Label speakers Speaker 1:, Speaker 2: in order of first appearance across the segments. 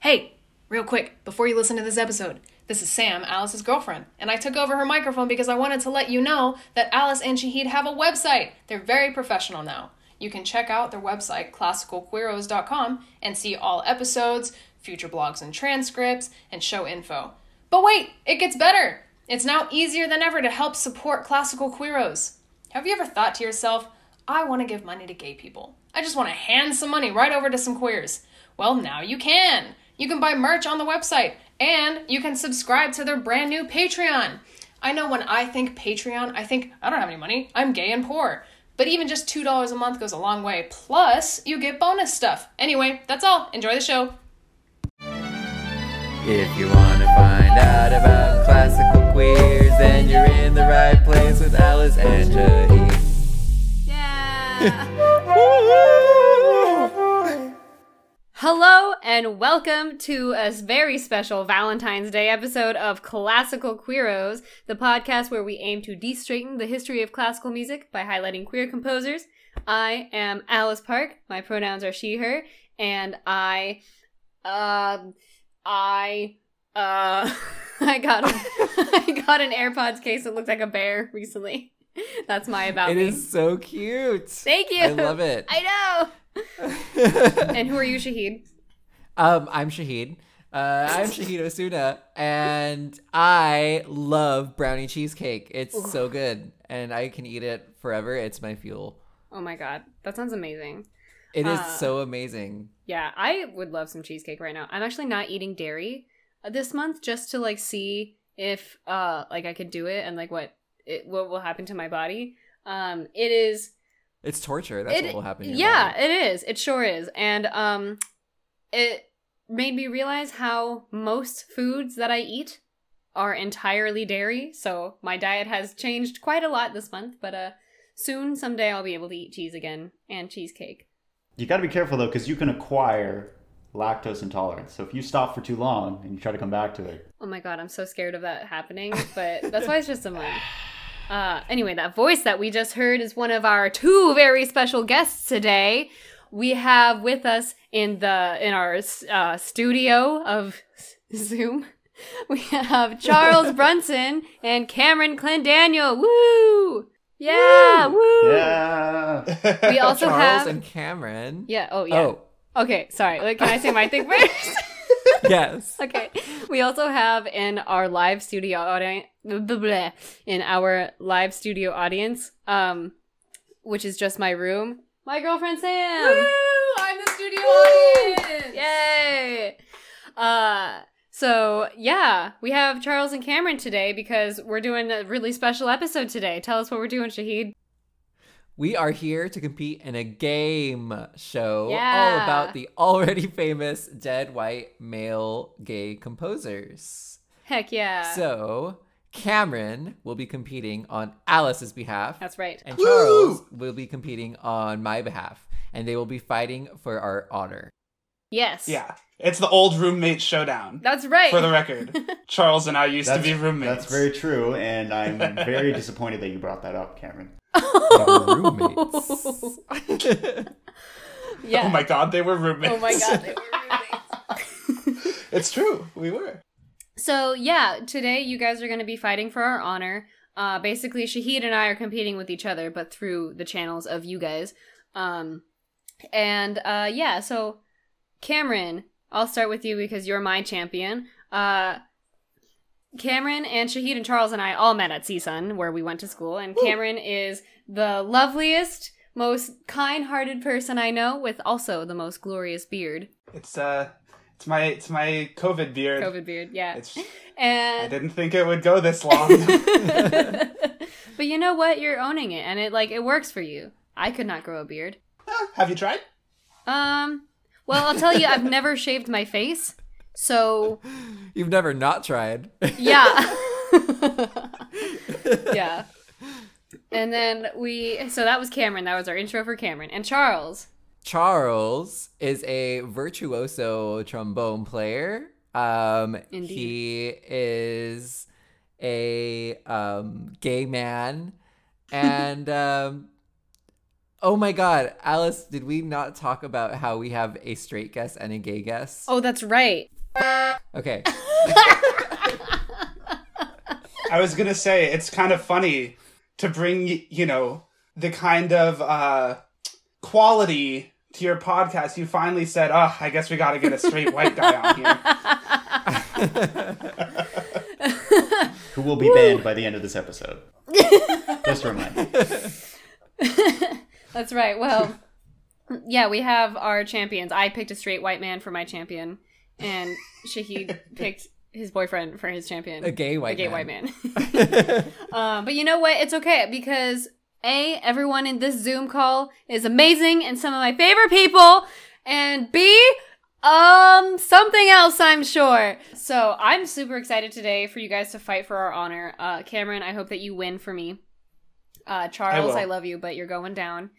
Speaker 1: Hey, real quick, before you listen to this episode, this is Sam, Alice's girlfriend, and I took over her microphone because I wanted to let you know that Alice and Shahid have a website. They're very professional now. You can check out their website, classicalqueeros.com, and see all episodes, future blogs and transcripts, and show info. But wait, it gets better! It's now easier than ever to help support classical queeros. Have you ever thought to yourself, I want to give money to gay people? I just want to hand some money right over to some queers. Well, now you can. You can buy merch on the website and you can subscribe to their brand new Patreon. I know when I think Patreon, I think I don't have any money. I'm gay and poor. But even just $2 a month goes a long way. Plus, you get bonus stuff. Anyway, that's all. Enjoy the show.
Speaker 2: If you want to find out about classical queers, then you're in the right place with Alice and Jahid.
Speaker 3: Yeah. Hello and welcome to a very special Valentine's Day episode of Classical Queeros, the podcast where we aim to de-straighten the history of classical music by highlighting queer composers. I am Alice Park. My pronouns are she/her, and I, uh, I, uh, I got I got an AirPods case that looked like a bear recently. That's my about
Speaker 2: It
Speaker 3: me.
Speaker 2: is so cute.
Speaker 3: Thank you.
Speaker 2: I love it.
Speaker 3: I know. and who are you, Shahid?
Speaker 2: Um, I'm Shahid. Uh, I'm Shahid Osuna, and I love brownie cheesecake. It's so good, and I can eat it forever. It's my fuel.
Speaker 3: Oh my god, that sounds amazing.
Speaker 2: It is
Speaker 3: Uh.
Speaker 2: so amazing.
Speaker 3: Yeah, I would love some cheesecake right now. I'm actually not eating dairy uh, this month just to like see if uh like I could do it and like what it what will happen to my body. Um it is
Speaker 2: It's torture. That's
Speaker 3: it,
Speaker 2: what will happen. to your
Speaker 3: Yeah,
Speaker 2: body.
Speaker 3: it is. It sure is. And um it made me realize how most foods that I eat are entirely dairy. So my diet has changed quite a lot this month, but uh soon someday I'll be able to eat cheese again and cheesecake.
Speaker 4: You got to be careful though, because you can acquire lactose intolerance. So if you stop for too long and you try to come back to it,
Speaker 3: Oh my god, I'm so scared of that happening, but that's why it's just a month. Uh, anyway, that voice that we just heard is one of our two very special guests today. We have with us in the in our uh, studio of Zoom, we have Charles Brunson and Cameron Clendaniel. Woo! Yeah, woo!
Speaker 4: yeah,
Speaker 3: We also
Speaker 2: Charles
Speaker 3: have
Speaker 2: and Cameron.
Speaker 3: yeah. Oh yeah.
Speaker 2: Oh,
Speaker 3: Okay, sorry. Like, Can I say my thing first?
Speaker 2: yes.
Speaker 3: okay. We also have in our live studio audience, in our live studio audience, um, which is just my room, my girlfriend
Speaker 1: Um,
Speaker 3: Sam.
Speaker 1: I'm the studio audience.
Speaker 3: Yay! Uh, so yeah, we have Charles and Cameron today because we're doing a really special episode today. Tell us what we're doing, Shahid.
Speaker 2: We are here to compete in a game show all
Speaker 3: Yeah.
Speaker 2: about the already famous dead white male gay composers.
Speaker 3: Heck yeah!
Speaker 2: So, Cameron will be competing on Alice's behalf,
Speaker 3: That's right.
Speaker 2: and Charles will be competing on my behalf, and they will be fighting for our honor.
Speaker 3: Yes.
Speaker 5: Yeah. It's the old roommate showdown.
Speaker 3: That's right.
Speaker 5: For the record, Charles and I used to be roommates.
Speaker 4: that's very true, and I'm very disappointed that you brought that up, Cameron.
Speaker 2: roommates.
Speaker 3: yeah.
Speaker 5: Oh my god, they were roommates.
Speaker 3: Oh my god. they were
Speaker 5: it's true. We were.
Speaker 3: So yeah, today you guys are going to be fighting for our honor. Uh, basically, Shahid and I are competing with each other, but through the channels of you guys. Um, and uh, yeah, so Cameron, I'll start with you because you're my champion. Uh, Cameron and Shahid and Charles and I all met at CSUN, where we went to school, and Cameron is the loveliest, most kind-hearted person I know, with also the most glorious beard,
Speaker 5: It's uh it's my it's my COVID beard.
Speaker 3: COVID beard, yeah.
Speaker 5: It's
Speaker 3: and
Speaker 5: I didn't think it would go this long.
Speaker 3: but you know what? You're owning it, and it like it works for you. I could not grow a beard.
Speaker 5: Have you tried?
Speaker 3: Um. Well, I'll tell you, I've never shaved my face, so
Speaker 2: You've never not tried.
Speaker 3: yeah, yeah. And then we, so that was Cameron. That was our intro for Cameron and Charles.
Speaker 2: Charles is a virtuoso trombone player. Um, he is a um, gay man, and um, oh my god, Alice, did we not talk about how we have a straight guest and a gay guest?
Speaker 3: Oh, that's right.
Speaker 2: Okay.
Speaker 5: I was gonna say it's kind of funny to bring you know the kind of uh, quality to your podcast. You finally said, "Oh, I guess we got to get a straight white guy on here."
Speaker 4: Who will be banned by the end of this episode? Just a reminder.
Speaker 3: That's right. Well, yeah, we have our champions. I picked a straight white man for my champion, and Shahid picked his boyfriend for his champion.
Speaker 2: A gay white
Speaker 3: a gay
Speaker 2: man.
Speaker 3: white man. uh, but you know what? It's okay because a everyone in this Zoom call is amazing and some of my favorite people, and b um something else I'm sure. So I'm super excited today for you guys to fight for our honor. Uh, Cameron, I hope that you win for me. Uh, Charles,
Speaker 5: will.
Speaker 3: I love you, but you're going down,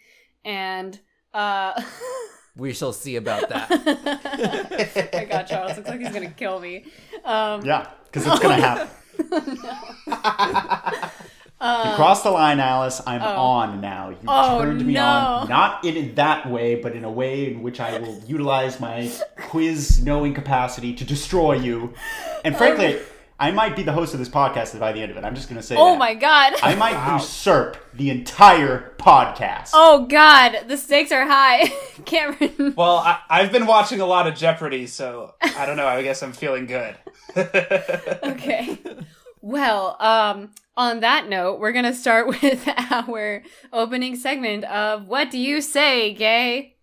Speaker 3: and uh.
Speaker 2: We shall see about that.
Speaker 3: oh my god, Charles looks like he's gonna kill me. Um,
Speaker 4: Yeah, because it's gonna happen.
Speaker 3: Oh.
Speaker 4: you crossed the line, Alice. I'm on now. You
Speaker 3: Oh,
Speaker 4: turned me
Speaker 3: no.
Speaker 4: on, not in that way, but in a way in which I will utilize my quiz knowing capacity to destroy you. And frankly, I might be the host of this podcast by the end of it. I'm just gonna say.
Speaker 3: Oh
Speaker 4: that.
Speaker 3: my god.
Speaker 4: I might usurp the entire podcast.
Speaker 3: Oh god, the stakes are high. Cameron.
Speaker 5: Well, I, I've been watching a lot of Jeopardy, so I don't know. I guess I'm feeling good.
Speaker 3: Okay. Well, um on that note, we're going to start with our opening segment of what do you say, gay?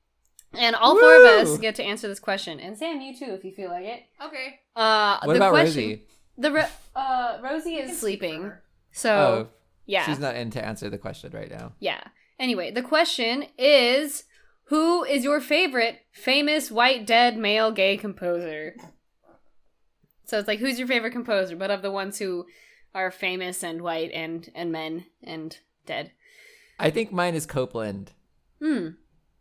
Speaker 3: And all four
Speaker 2: Woo!
Speaker 3: of us get to answer this question. And Sam, you too if you feel like it.
Speaker 1: Okay.
Speaker 3: Uh
Speaker 2: What
Speaker 3: the
Speaker 2: about
Speaker 3: question,
Speaker 2: Rosie?
Speaker 3: The ro- uh Rosie is sleeping. So,
Speaker 2: Oh,
Speaker 3: yeah.
Speaker 2: she's not in to answer the question right now.
Speaker 3: Yeah. Anyway, the question is who is your favorite famous white dead male gay composer? So it's like who's your favorite composer, but of the ones who are famous and white and and men and dead.
Speaker 2: I think mine is Copeland.
Speaker 3: Hmm.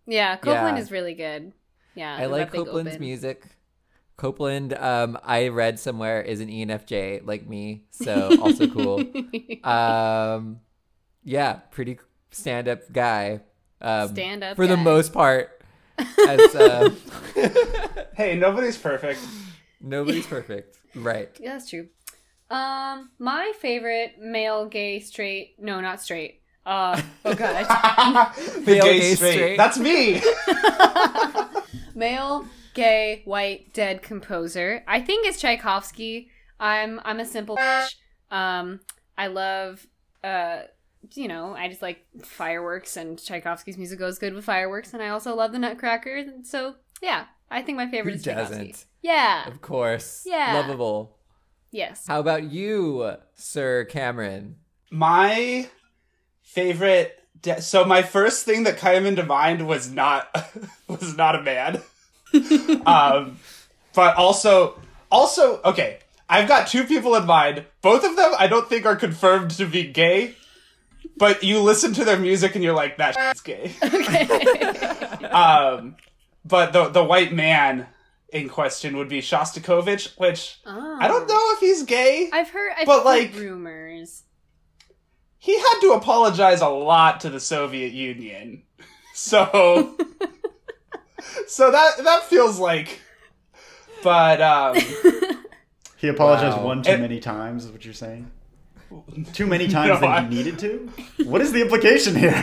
Speaker 3: Yeah, Copeland
Speaker 2: Yeah.
Speaker 3: is really good. Yeah.
Speaker 2: I
Speaker 3: the
Speaker 2: like
Speaker 3: Repping
Speaker 2: Copeland's
Speaker 3: Open.
Speaker 2: music. Copeland, um, I read somewhere is an E ENFJ like me, so also cool. Um, yeah, pretty stand-up guy. Um,
Speaker 3: Stand-up
Speaker 2: for the
Speaker 3: guy.
Speaker 2: most part. As uh,
Speaker 5: Hey, nobody's perfect.
Speaker 2: nobody's perfect, right?
Speaker 3: Yeah, that's true. Um, my favorite male gay straight no, not straight. Uh, oh god.
Speaker 5: the
Speaker 2: Male
Speaker 5: gay,
Speaker 2: gay
Speaker 5: straight.
Speaker 2: straight.
Speaker 5: That's me.
Speaker 3: male gay white dead composer i think it's tchaikovsky i'm i'm a simple bitch. um i love uh you know i just like fireworks and tchaikovsky's music goes good with fireworks and i also love the nutcracker so yeah i think my favorite
Speaker 2: Who
Speaker 3: is tchaikovsky
Speaker 2: doesn't?
Speaker 3: yeah
Speaker 2: Of course.
Speaker 3: Yeah.
Speaker 2: Lovable.
Speaker 3: yes
Speaker 2: How about you, Sir Cameron?
Speaker 5: My favorite. De- so my first thing that came into mind was not was not a man, um, but also also okay. I've got two people in mind. Both of them I don't think are confirmed to be gay, but you listen to their music and you're like, that shit's gay. um, but the the white man in question would be Shostakovich, which
Speaker 3: oh.
Speaker 5: I don't know if he's gay.
Speaker 3: i've heard i've
Speaker 5: But,
Speaker 3: heard
Speaker 5: like-
Speaker 3: rumors
Speaker 5: he had to apologize a lot to the Soviet Union. So So that that feels like but um
Speaker 4: He apologized
Speaker 2: Wow.
Speaker 4: one too
Speaker 5: It-
Speaker 4: many times, is what you're saying? Too many times
Speaker 5: No,
Speaker 4: than
Speaker 5: I-
Speaker 4: he needed to? What is the implication here?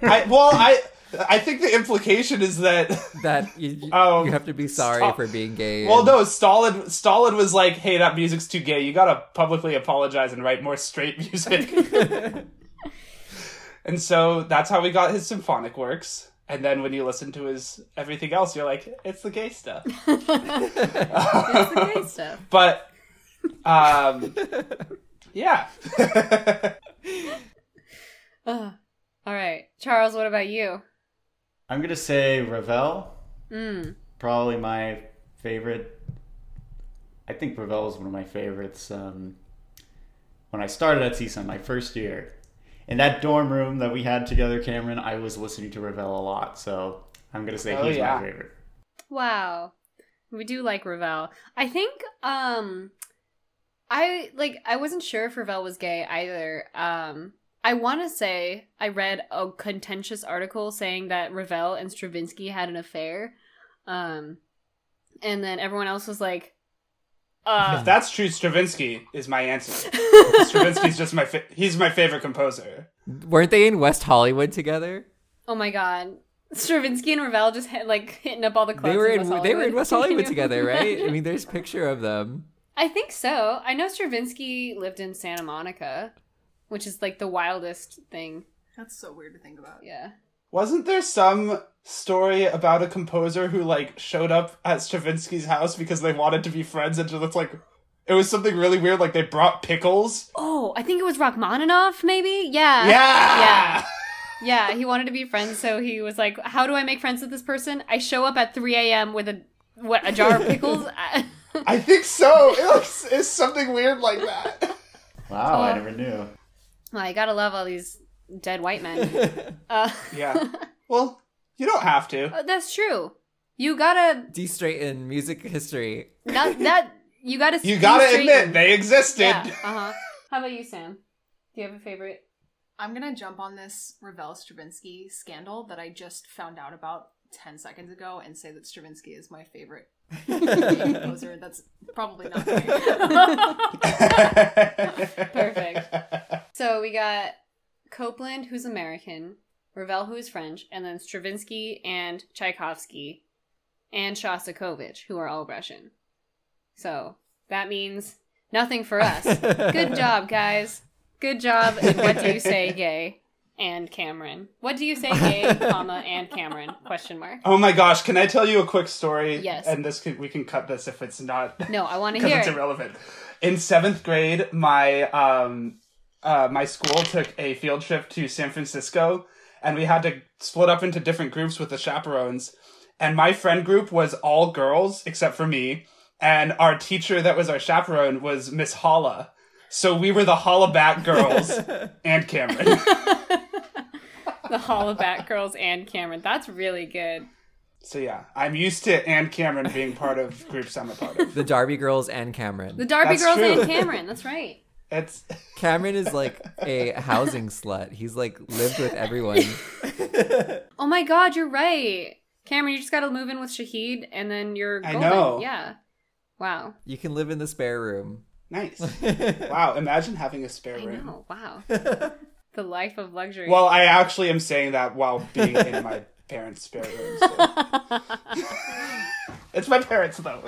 Speaker 5: I well I I think the implication is that
Speaker 2: That you, you-
Speaker 5: Um,
Speaker 2: you have to be sorry
Speaker 5: stop.
Speaker 2: for being gay.
Speaker 5: well
Speaker 2: and-
Speaker 5: no Stalin Stalin was like hey that music's too gay you gotta publicly apologize and write more straight music and so that's how we got his symphonic works and then when you listen to his everything else you're like it's the gay stuff
Speaker 3: it's the gay stuff
Speaker 5: but um yeah
Speaker 3: Ugh. all right charles what about you
Speaker 4: I'm going to say Ravel,
Speaker 3: mm.
Speaker 4: probably my favorite. I think Ravel is one of my favorites. Um, when I started at CSUN, my first year, in that dorm room that we had together, Cameron, I was listening to Ravel a lot. So I'm going to say
Speaker 5: Oh,
Speaker 4: he's
Speaker 5: yeah.
Speaker 4: my favorite.
Speaker 3: Wow. We do like Ravel. I think um I like I wasn't sure if Ravel was gay either. Um I want to say I read a contentious article saying that Ravel and Stravinsky had an affair. Um and then everyone else was like Uh,
Speaker 5: If that's true, Stravinsky is my answer. Stravinsky's just my fa- he's my favorite composer.
Speaker 2: Weren't they in West Hollywood together?
Speaker 3: oh my god. Stravinsky and Ravel just hit, like hitting up all the clubs.
Speaker 2: they were
Speaker 3: in
Speaker 2: in
Speaker 3: West
Speaker 2: they were in
Speaker 3: Hollywood.
Speaker 2: West
Speaker 3: Can
Speaker 2: Hollywood
Speaker 3: you
Speaker 2: together, right? I
Speaker 3: imagine?
Speaker 2: mean, there's a picture of them.
Speaker 3: I think so. I know Stravinsky lived in Santa Monica, which is like the wildest thing.
Speaker 1: That's so weird to think about.
Speaker 3: Yeah.
Speaker 5: Wasn't there some story about a composer who like showed up at Stravinsky's house because they wanted to be friends and just like it was something really weird like they brought pickles?
Speaker 3: Oh, I think it was Rachmaninoff, maybe. Uh, Yeah.
Speaker 5: yeah.
Speaker 3: Yeah, he wanted to be friends, so he was like, "How do I make friends with this person? I show up at 3 a.m. with a what a jar of pickles." I-
Speaker 5: I think so. It looks, it's something weird like that.
Speaker 4: Wow,
Speaker 3: Uh,
Speaker 4: I never knew.
Speaker 3: well, I gotta love all these dead white men. Uh,
Speaker 5: Yeah. Well, you don't have to.
Speaker 3: oh, that's true. You gotta
Speaker 2: D straight in music history.
Speaker 3: that that you gotta
Speaker 5: You gotta
Speaker 3: straighten.
Speaker 5: admit they existed.
Speaker 3: yeah. Uh huh. How about you, Sam? Do you have a favorite?
Speaker 1: I'm gonna jump on this Ravel Stravinsky scandal that I just found out about ten seconds ago and say that Stravinsky is my favorite composer. That's probably not fair.
Speaker 5: Perfect.
Speaker 3: So we got Copeland, who's American, Ravel, who is French, and then Stravinsky and Tchaikovsky and Shostakovich, who are all Russian. So that means nothing for us. Good job, guys. Good job. And what do you say, gay? And Cameron. What do you say, gay, comma, and Cameron? Question mark.
Speaker 5: Oh my gosh, can I tell you a quick story?
Speaker 3: Yes.
Speaker 5: And this can, we can cut this if it's not
Speaker 3: No, I want to
Speaker 5: because
Speaker 3: hear
Speaker 5: it's
Speaker 3: it.
Speaker 5: irrelevant. In seventh grade, my um, uh, my school took a field trip to San Francisco, and we had to split up into different groups with the chaperones. And my friend group was all girls except for me, and our teacher that was our chaperone was Miss Holla. So we were the Holla back girls and Cameron.
Speaker 3: The Hall of Bat Girls and Cameron. That's really good.
Speaker 5: So yeah, I'm used to and Cameron being part of groups I'm a part of.
Speaker 2: The Darby girls and
Speaker 3: The
Speaker 2: Cameron.
Speaker 3: Darby
Speaker 5: That's
Speaker 3: Girls
Speaker 5: true.
Speaker 3: and Cameron. That's right.
Speaker 5: It's
Speaker 2: Cameron is like a housing slut. He's like lived with everyone.
Speaker 3: Oh my god, you're right. Cameron, you just gotta move in with Shahid and then you're
Speaker 5: I
Speaker 3: golden.
Speaker 5: know.
Speaker 3: Yeah. Wow.
Speaker 2: You can live in the spare room.
Speaker 5: nice. Wow, imagine having a spare
Speaker 3: I
Speaker 5: room.
Speaker 3: know. Wow. the life of luxury.
Speaker 5: Well, I actually am saying that while being in my parents' spare room. so. it's my parents, though.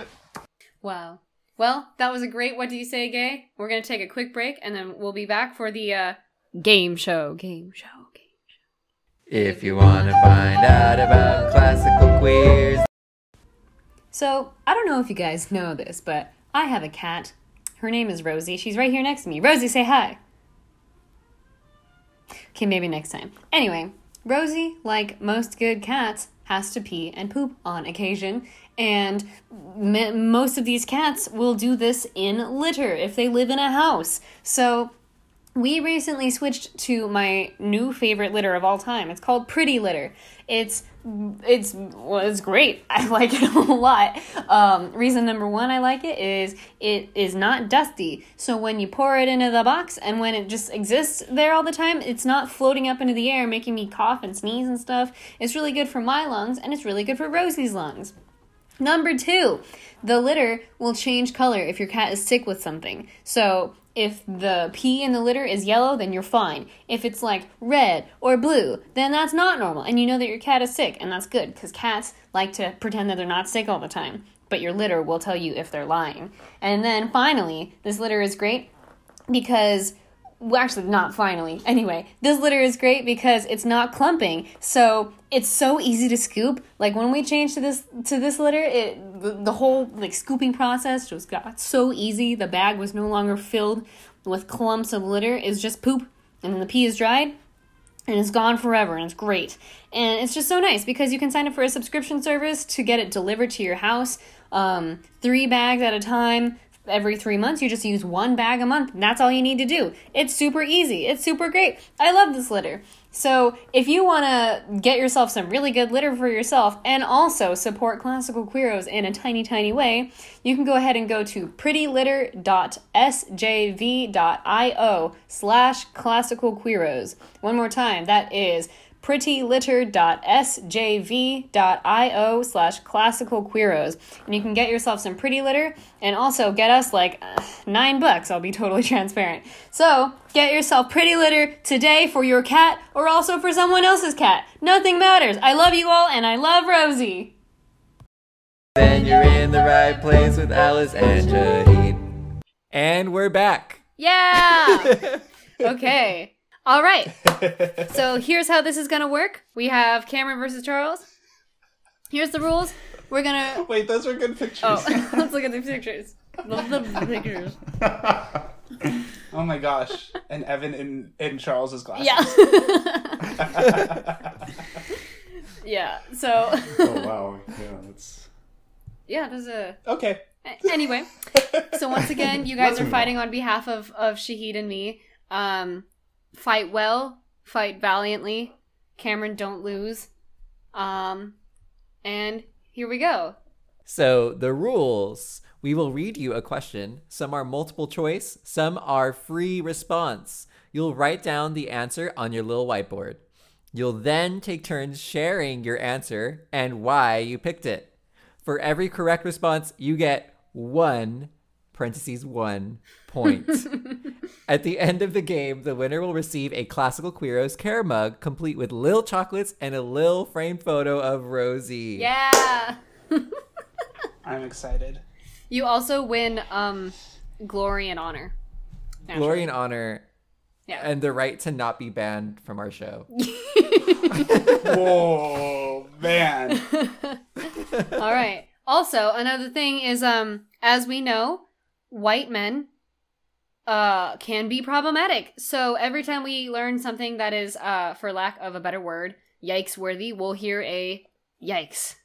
Speaker 3: wow. Well, that was a great what do you say, gay? We're gonna take a quick break and then we'll be back for the uh game show. Game show. Game.
Speaker 2: If you want to find out about classical queers,
Speaker 3: So, I don't know if you guys know this, but I have a cat. Her name is Rosie. She's right here next to me. Rosie, say hi. Okay, maybe next time. Anyway, Rosie, like most good cats, has to pee and poop on occasion, and m- most of these cats will do this in litter if they live in a house. So, we recently switched to my new favorite litter of all time. It's called Pretty Litter. It's it's well, it's great. I like it a lot. Um, reason number one I like it is it is not dusty. So when you pour it into the box and when it just exists there all the time, it's not floating up into the air, making me cough and sneeze and stuff. It's really good for my lungs and it's really good for Rosie's lungs. Number two, the litter will change color if your cat is sick with something. So if the pee in the litter is yellow, then you're fine. If it's like red or blue, then that's not normal, and you know that your cat is sick, and that's good because cats like to pretend that they're not sick all the time. But your litter will tell you if they're lying. And then finally, this litter is great because well, actually not finally anyway this litter is great because it's not clumping so it's so easy to scoop like when we changed to this to this litter it the, the whole like scooping process just got so easy the bag was no longer filled with clumps of litter it's just poop and then the pee is dried and it's gone forever and it's great and it's just so nice because you can sign up for a subscription service to get it delivered to your house um, three bags at a time every three months you just use one bag a month and that's all you need to do it's super easy it's super great i love this litter so if you want to get yourself some really good litter for yourself and also support classical queeros in a tiny tiny way you can go ahead and go to prettylitter.sjv.io slash classical queeros one more time that is
Speaker 1: prettylitter.sjv.io slash classical queeros. And you can get yourself some pretty litter and also get us like uh, nine bucks. I'll be totally transparent. So get yourself pretty litter today for your cat or also for someone else's cat. Nothing matters. I love you all and I love Rosie.
Speaker 2: Then you're in the right place with Alice and Jaheen. And we're back.
Speaker 3: Yeah. okay. All right. So here's how this is gonna work. We have Cameron versus Charles. Here's the rules. We're gonna.
Speaker 5: Wait, those are good pictures. Oh,
Speaker 3: Oh, let's look at the pictures. Love the pictures.
Speaker 5: Oh my gosh. And Evan in, in Charles's glasses.
Speaker 3: Yeah. yeah. So
Speaker 4: Oh wow, yeah, that's
Speaker 3: yeah, there's a
Speaker 5: Okay.
Speaker 3: a- anyway. So once again, you guys are fighting on behalf of of Shahid and me. Um, fight well, fight valiantly. Cameron, don't lose. Um, and here we go.
Speaker 2: So, the rules we will read you a question. Some are multiple choice, some are free response. You'll write down the answer on your little whiteboard. You'll then take turns sharing your answer and why you picked it. For every correct response, you get one parentheses one point. At the end of the game, the winner will receive a classical Queeros care mug complete with Lil chocolates and a Lil framed photo of Rosie.
Speaker 3: Yeah.
Speaker 5: I'm excited.
Speaker 3: You also win um, glory and honor.
Speaker 2: glory and honor
Speaker 3: Yeah.
Speaker 2: and the right to not be banned from our show
Speaker 5: Whoa, man.
Speaker 3: All right. Also, another thing is, um, as we know, white men uh, can be problematic. So every time we learn something that is, uh, for lack of a better word, yikes worthy, we'll hear a yikes.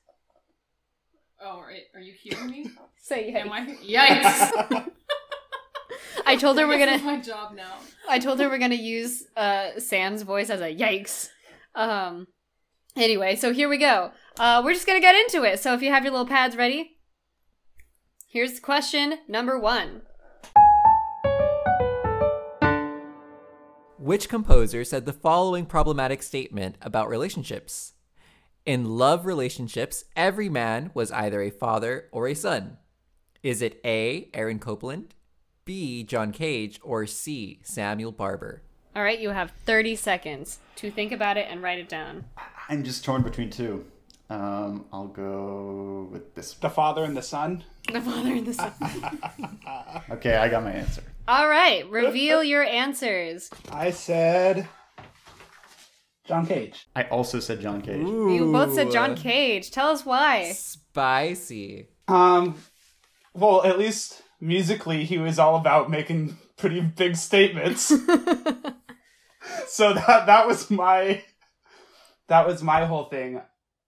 Speaker 1: Oh, are you hearing me?
Speaker 3: Say yikes.
Speaker 1: I? Yikes!
Speaker 3: I told her we're gonna.
Speaker 1: my job now.
Speaker 3: I told her we're gonna use uh, Sam's voice as a yikes. Um, anyway, so here we go. Uh, we're just gonna get into it. So if you have your little pads ready, here's question number one.
Speaker 2: which composer said the following problematic statement about relationships in love relationships every man was either a father or a son is it a aaron copland b john cage or c samuel barber
Speaker 3: All right, you have 30 seconds to think about it and write it down.
Speaker 4: I'm just torn between two. Um, I'll go with this
Speaker 5: The father and the son.
Speaker 3: The father and the son.
Speaker 4: one. Okay, I got my answer.
Speaker 3: All right, reveal your answers.
Speaker 5: I said John Cage.
Speaker 4: I also said John Cage.
Speaker 3: You both said John Cage. Tell us why.
Speaker 2: spicy
Speaker 5: Um, well, at least musically, he was all about making pretty big statements. so that that was my that was my whole thing.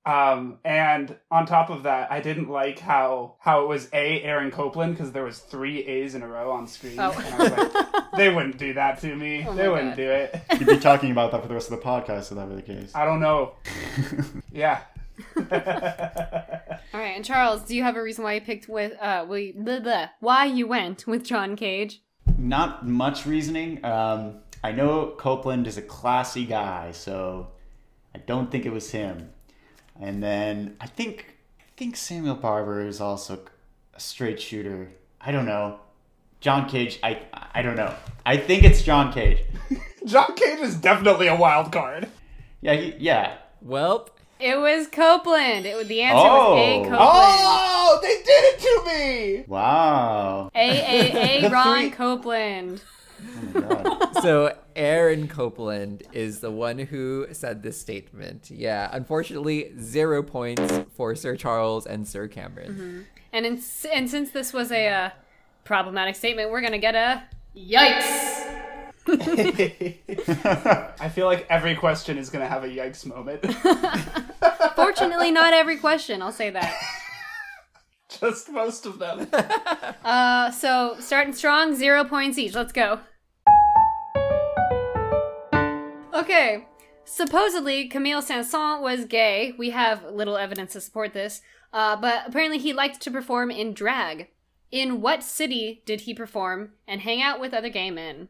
Speaker 5: Um, and on top of that, I didn't like how how it was a Aaron Copland because there was three A's in a row on screen.
Speaker 3: Oh.
Speaker 5: And I was like, they wouldn't do that to me. they
Speaker 3: my God.
Speaker 5: wouldn't do it.
Speaker 4: You'd be talking about that for the rest of the podcast if that were the case.
Speaker 5: I don't know. yeah.
Speaker 3: All right, and Charles, do you have a reason why you picked with uh we blah, blah, why you went with John Cage?
Speaker 4: Not much reasoning. Um, I know Copeland is a classy guy, so I don't think it was him. And then I think I think Samuel Barber is also a straight shooter. I don't know. John Cage. I I don't know. I think it's John Cage.
Speaker 5: John Cage is definitely a wild card.
Speaker 4: Yeah. He, yeah.
Speaker 2: welp
Speaker 3: It was Copeland. It was the answer was A
Speaker 4: Oh.
Speaker 3: Copeland.
Speaker 5: Oh, they did it to me!
Speaker 4: Wow.
Speaker 3: A A A
Speaker 5: The
Speaker 3: Ron
Speaker 5: three-
Speaker 3: Copeland.
Speaker 4: Oh my God.
Speaker 2: so Aaron Copeland is the one who said this statement. Yeah, unfortunately, zero points for Sir Charles and Sir Cameron.
Speaker 3: And in, and since this was a uh, problematic statement, we're gonna get a
Speaker 1: Yikes!
Speaker 5: I feel like every question is gonna have a yikes moment.
Speaker 3: fortunately not every question. I'll say that.
Speaker 5: Just most of them.
Speaker 3: Uh, so starting strong, zero points each. Let's go. Okay. Supposedly, Camille Sanson was gay. We have little evidence to support this, uh, but apparently he liked to perform in drag. In what city did he perform and hang out with other gay men?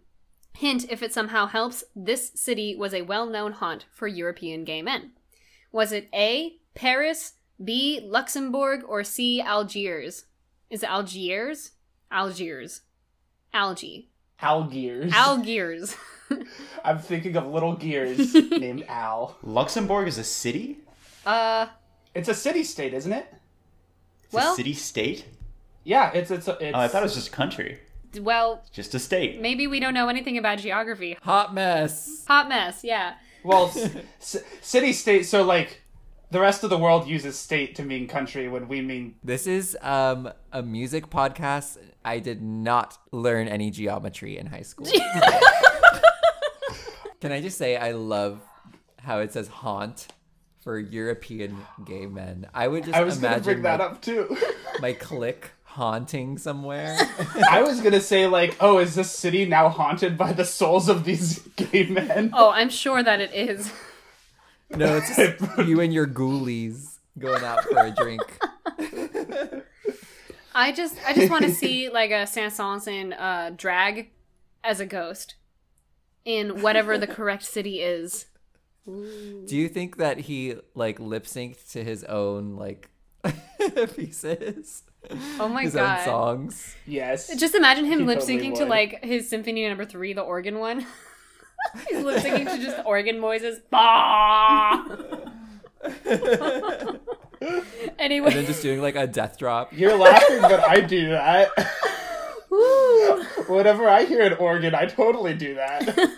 Speaker 3: Hint, if it somehow helps, this city was a well known haunt for European gay men. Was it A, Paris, B, Luxembourg, or C, Algiers? Is it Algiers? Algiers. Algae.
Speaker 5: Al Gears.
Speaker 3: Algiers.
Speaker 5: I'm thinking of little gears named Al.
Speaker 4: Luxembourg is a city?
Speaker 3: Uh,
Speaker 5: It's a city state, isn't it?
Speaker 4: It's
Speaker 3: Well-
Speaker 4: a city state?
Speaker 5: Yeah, it's it's. it's
Speaker 4: Oh, I thought it was just a country.
Speaker 3: well,
Speaker 4: Just a state.
Speaker 3: maybe we don't know anything about geography.
Speaker 2: Hot mess.
Speaker 3: Hot mess, yeah.
Speaker 5: well, c- city state. So like, the rest of the world uses state to mean country when we mean
Speaker 2: This is um a music podcast. I did not learn any geometry in high school. Can I just say I love how it says haunt for European gay men. I would just
Speaker 5: I was gonna
Speaker 2: imagine
Speaker 5: bring that
Speaker 2: my,
Speaker 5: up too.
Speaker 2: my click haunting somewhere.
Speaker 5: I was gonna say like, oh, is this city now haunted by the souls of these gay men?
Speaker 3: Oh, I'm sure that it is.
Speaker 2: no, it's just you and your ghoulies going out for a drink.
Speaker 3: I just I just want to see like a Sanson in uh, drag as a ghost in whatever the correct city is.
Speaker 2: Do you think that he like lip synced to his own like pieces?
Speaker 3: Oh my
Speaker 2: his
Speaker 3: god.
Speaker 2: own songs.
Speaker 5: Yes.
Speaker 3: Just imagine him
Speaker 5: He
Speaker 3: lip
Speaker 5: totally
Speaker 3: syncing to
Speaker 5: would.
Speaker 3: like his Symphony Number Three, the organ one. He's lip syncing to just the organ noises. Bah! anyway,
Speaker 2: And then just doing like a death drop.
Speaker 5: You're laughing, but I do that.
Speaker 3: Woo!
Speaker 5: Whenever I hear an organ, I totally do that.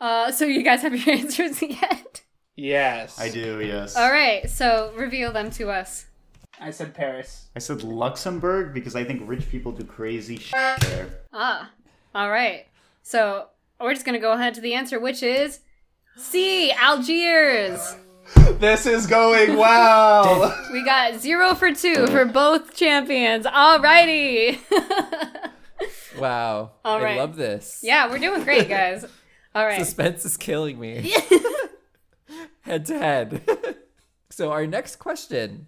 Speaker 3: Uh, so you guys have your answers yet?
Speaker 5: Yes.
Speaker 4: I do, yes.
Speaker 3: All right, so reveal them to us.
Speaker 5: I said Paris.
Speaker 4: I said Luxembourg because I think rich people do crazy shit there.
Speaker 3: Ah, all right. So we're just gonna go ahead to the answer, which is C, Algiers.
Speaker 5: This is going well.
Speaker 3: We got zero for two for both champions. All righty.
Speaker 2: Wow.
Speaker 3: All
Speaker 2: I
Speaker 3: right.
Speaker 2: love this.
Speaker 3: yeah, we're doing great, guys. All right.
Speaker 2: Suspense is killing me. head to head. so our next question.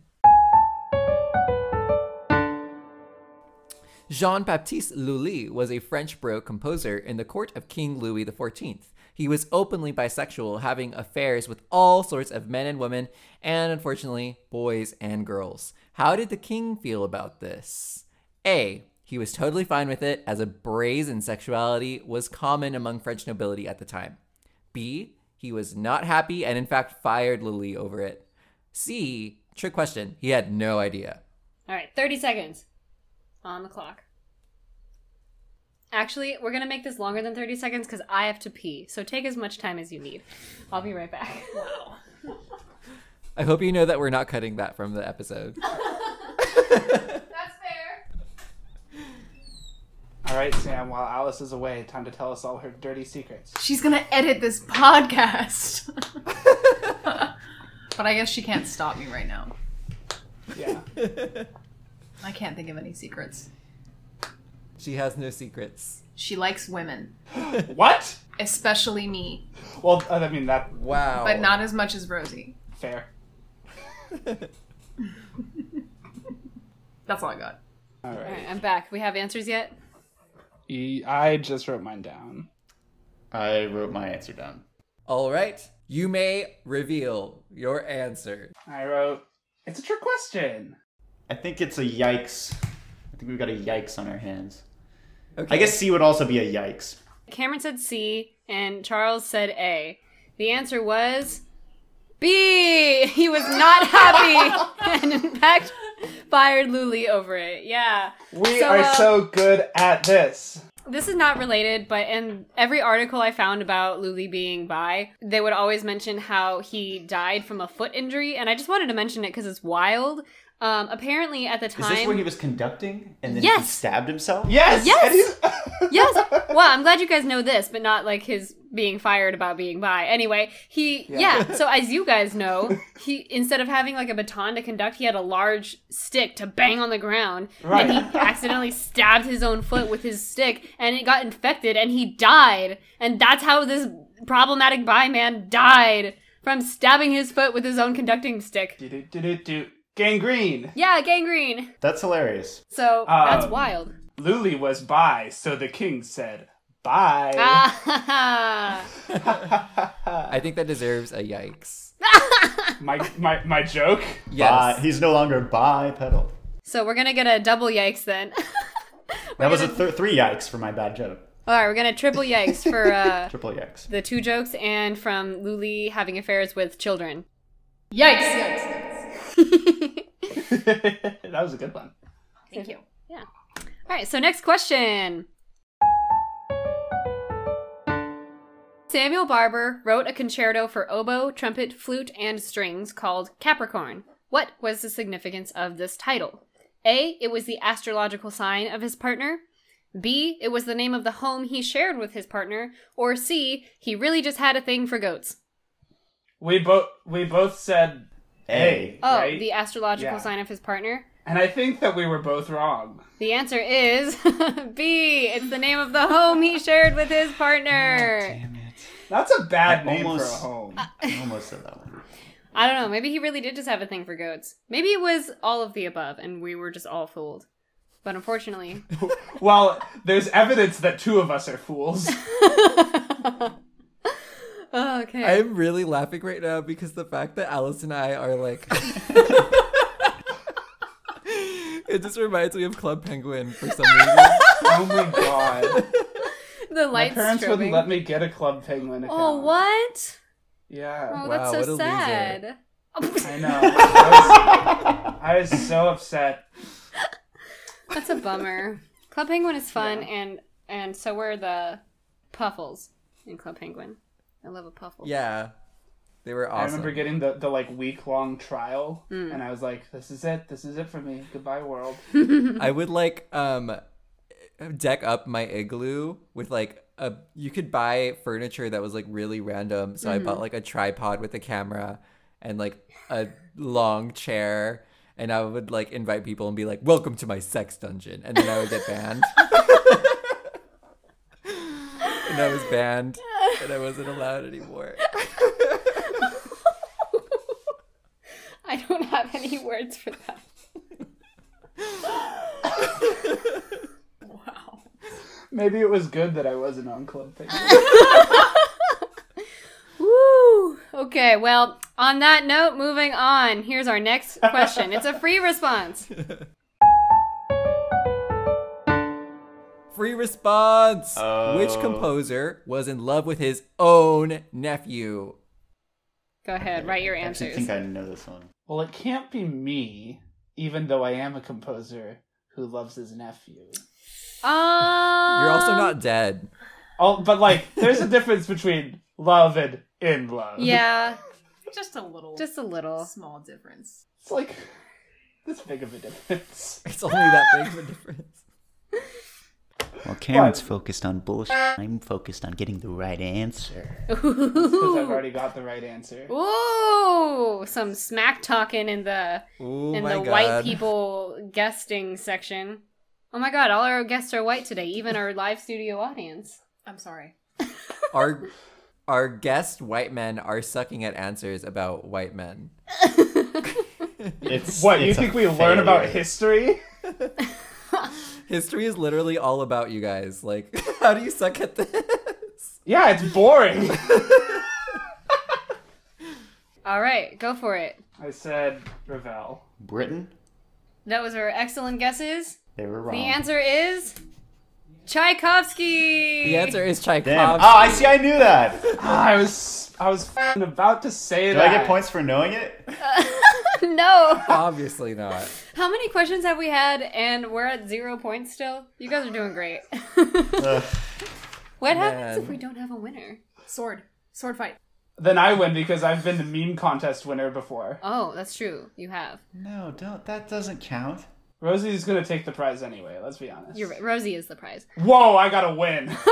Speaker 2: Jean-Baptiste Lully was a French Baroque composer in the court of King Louis XIV. He was openly bisexual, having affairs with all sorts of men and women, and unfortunately, boys and girls. How did the king feel about this? A. He was totally fine with it, as a brazen sexuality was common among French nobility at the time. B. He was not happy and, in fact, fired Lily over it. C. Trick question. He had no idea.
Speaker 3: All right, 30 seconds on the clock. Actually, we're going to make this longer than 30 seconds because I have to pee. So take as much time as you need. I'll be right back.
Speaker 2: I hope you know that we're not cutting that from the episode.
Speaker 3: That's fair.
Speaker 5: all right, Sam, while Alice is away, time to tell us all her dirty secrets.
Speaker 1: She's gonna edit this podcast. but I guess she can't stop me right now.
Speaker 5: Yeah.
Speaker 1: I can't think of any secrets.
Speaker 2: she has no secrets.
Speaker 1: She likes women,
Speaker 5: what?
Speaker 1: especially me,
Speaker 5: Well, uh, I mean, that
Speaker 2: Wow.
Speaker 3: Oh.
Speaker 1: but not as much as Rosie.
Speaker 5: fair.
Speaker 1: That's all I got.
Speaker 5: All
Speaker 3: All right,
Speaker 5: right.
Speaker 3: I'm back. We have answers yet?
Speaker 5: E- I just wrote mine down.
Speaker 4: I wrote my answer down.
Speaker 2: All right. You may reveal your answer.
Speaker 5: I wrote, it's a trick question.
Speaker 4: I think it's a yikes. I think we've got a yikes on our hands.
Speaker 2: Okay.
Speaker 4: I guess C would also be a yikes.
Speaker 3: Cameron said C and Charles said A. The answer was B. He was not happy and, in fact, fired Luli over it. Yeah.
Speaker 5: We
Speaker 3: So,
Speaker 5: are
Speaker 3: uh,
Speaker 5: so good at this.
Speaker 3: This is not related, but in every article I found about Luli being bi, they would always mention how he died from a foot injury, and I just wanted to mention it because it's wild. Um, apparently, at the
Speaker 4: Is
Speaker 3: time,
Speaker 4: this where he was conducting and then he
Speaker 3: Yes.
Speaker 4: stabbed himself?
Speaker 5: Yes.
Speaker 3: Yes!
Speaker 5: and he's-
Speaker 3: yes. Well, I'm glad you guys know this, but not like his being fired about being bi. Anyway, he yeah.
Speaker 5: Yeah.
Speaker 3: so as you guys know, he instead of having like a baton to conduct, he had a large stick to bang on the ground,
Speaker 5: Right.
Speaker 3: and he accidentally stabbed his own foot with his stick, and it got infected, and he died, and that's how this problematic bi man died from stabbing his foot with his own conducting stick.
Speaker 5: Do-do-do-do-do. Gangrene.
Speaker 3: Yeah, gangrene.
Speaker 4: That's hilarious.
Speaker 3: So that's
Speaker 5: Um,
Speaker 3: wild.
Speaker 5: Luli was by, so the king said, Bye.
Speaker 3: Ah,
Speaker 2: I think that deserves a yikes.
Speaker 5: my, my, my joke?
Speaker 2: Yes.
Speaker 4: Bi- he's no longer bipedal.
Speaker 3: so we're gonna get a double yikes then.
Speaker 4: That was a th- three yikes for my bad joke.
Speaker 3: All right, we're gonna triple yikes for uh,
Speaker 4: Triple yikes.
Speaker 3: the two jokes and from Luli having affairs with children.
Speaker 1: Yikes! Yikes!
Speaker 5: that was a good one.
Speaker 1: Thank you.
Speaker 3: Yeah. All right, so next question. Samuel Barber wrote a concerto for oboe, trumpet, flute, and strings called Capricorn. What was the significance of this title? A. It was the astrological sign of his partner. B. It was the name of the home he shared with his partner. Or C. He really just had a thing for goats.
Speaker 5: We both we both said
Speaker 4: A.
Speaker 5: A,
Speaker 3: Oh,
Speaker 5: right?
Speaker 3: the astrological
Speaker 5: Yeah.
Speaker 3: sign of his partner.
Speaker 5: and I think that we were both wrong.
Speaker 3: The answer is B. It's the name of the home he shared with his partner.
Speaker 4: Damn it.
Speaker 5: That's a bad
Speaker 4: I
Speaker 5: name for a
Speaker 4: almost-
Speaker 5: home.
Speaker 4: I almost said that one.
Speaker 3: I don't know. Maybe he really did just have a thing for goats. Maybe it was all of the above, and we were just all fooled. But unfortunately,
Speaker 5: well, there's evidence that two of us are fools.
Speaker 3: okay.
Speaker 2: I'm really laughing right now because the fact that Alice and I are like. it just reminds me of Club Penguin for some reason.
Speaker 5: oh my god.
Speaker 3: the
Speaker 5: My
Speaker 3: lights
Speaker 5: parents
Speaker 3: strobing.
Speaker 5: wouldn't let me get a Club Penguin account.
Speaker 3: Oh what?
Speaker 5: Yeah.
Speaker 2: Wow,
Speaker 3: Oh, that's
Speaker 2: what a
Speaker 3: so
Speaker 2: loser.
Speaker 3: sad.
Speaker 5: I know. I was, I was so upset.
Speaker 3: that's a bummer. Club Penguin is fun, and and so were the puffles in Club Penguin. I love a puffle.
Speaker 2: yeah. They were
Speaker 5: I
Speaker 2: awesome.
Speaker 5: remember getting the, the like week long trial
Speaker 3: Hmm.
Speaker 5: and I was like, This is it, this is it for me. Goodbye world.
Speaker 2: I would like um deck up my igloo with like a you could buy furniture that was like really random. So I bought like a tripod with a camera and like a long chair and I would like invite people and be like, "Welcome to my sex dungeon." And then I would get banned. and I was banned and I wasn't allowed anymore.
Speaker 3: I don't have any words for that.
Speaker 5: Maybe it was good that I wasn't on Club Penguin.
Speaker 3: Woo! Okay, well, on that note, moving on. Here's our next question. It's a free response.
Speaker 2: Free response. Which
Speaker 4: Oh.
Speaker 2: composer was in love with his own nephew?
Speaker 3: Go ahead, write your
Speaker 4: I actually
Speaker 3: answers.
Speaker 4: think I know this one.
Speaker 5: Well, it can't be me, even though I am a composer who loves his nephew.
Speaker 3: Um,
Speaker 2: You're also not dead.
Speaker 5: Oh, but like, there's a difference between love and in love.
Speaker 3: Yeah,
Speaker 1: Just a little,
Speaker 3: just a little.
Speaker 1: small difference.
Speaker 5: it's like this big of a difference.
Speaker 2: It's only that big of a difference.
Speaker 4: Well, Cameron's
Speaker 5: What?
Speaker 4: focused on bullshit. I'm focused on getting the right answer.
Speaker 5: Because I've already got the right answer.
Speaker 3: Ooh, some smack talking in the
Speaker 2: Oh
Speaker 3: in
Speaker 2: my
Speaker 3: the
Speaker 2: god.
Speaker 3: white people guesting section. Oh my god, all our guests are white today, even our live studio audience.
Speaker 1: I'm sorry.
Speaker 2: Our our guest white men are sucking at answers about white men.
Speaker 4: It's
Speaker 5: What, you
Speaker 4: it's a
Speaker 5: think we learn about
Speaker 4: failure.
Speaker 5: history?
Speaker 2: History is literally all about you guys. Like, how do you suck at this?
Speaker 5: Yeah, it's boring.
Speaker 3: All right, go for it.
Speaker 5: I said Ravel.
Speaker 4: Britain?
Speaker 3: That was our excellent guesses.
Speaker 4: They were wrong.
Speaker 3: The answer is Tchaikovsky.
Speaker 2: The answer is
Speaker 4: Damn.
Speaker 2: Tchaikovsky.
Speaker 4: Oh, I see. I knew that. Did
Speaker 5: Ah, I was I was f about to say that.
Speaker 4: I get points for knowing it?
Speaker 3: no.
Speaker 2: Obviously not.
Speaker 3: How many questions have we had and we're at zero points still? You guys are doing great.
Speaker 4: Ugh.
Speaker 3: what happens if
Speaker 2: Man.
Speaker 3: we don't have a winner?
Speaker 1: Sword, sword fight.
Speaker 5: Then I win because I've been the meme contest winner before.
Speaker 3: Oh, that's true. You have.
Speaker 4: No, don't. That doesn't count.
Speaker 5: Rosie's gonna take the prize anyway. Let's be honest.
Speaker 3: You're right. Rosie is the prize.
Speaker 5: Whoa! I gotta win.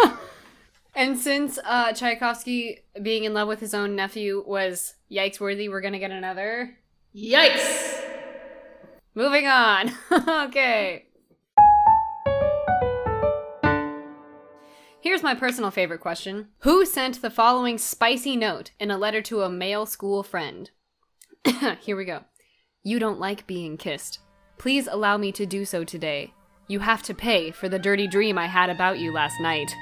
Speaker 3: And since uh, Tchaikovsky being in love with his own nephew was yikes worthy, we're gonna get another.
Speaker 1: Yikes!
Speaker 3: Moving on. okay. Here's my personal favorite question Who sent the following spicy note in a letter to a male school friend? Here we go. You don't like being kissed. Please allow me to do so today. You have to pay for the dirty dream I had about you last night.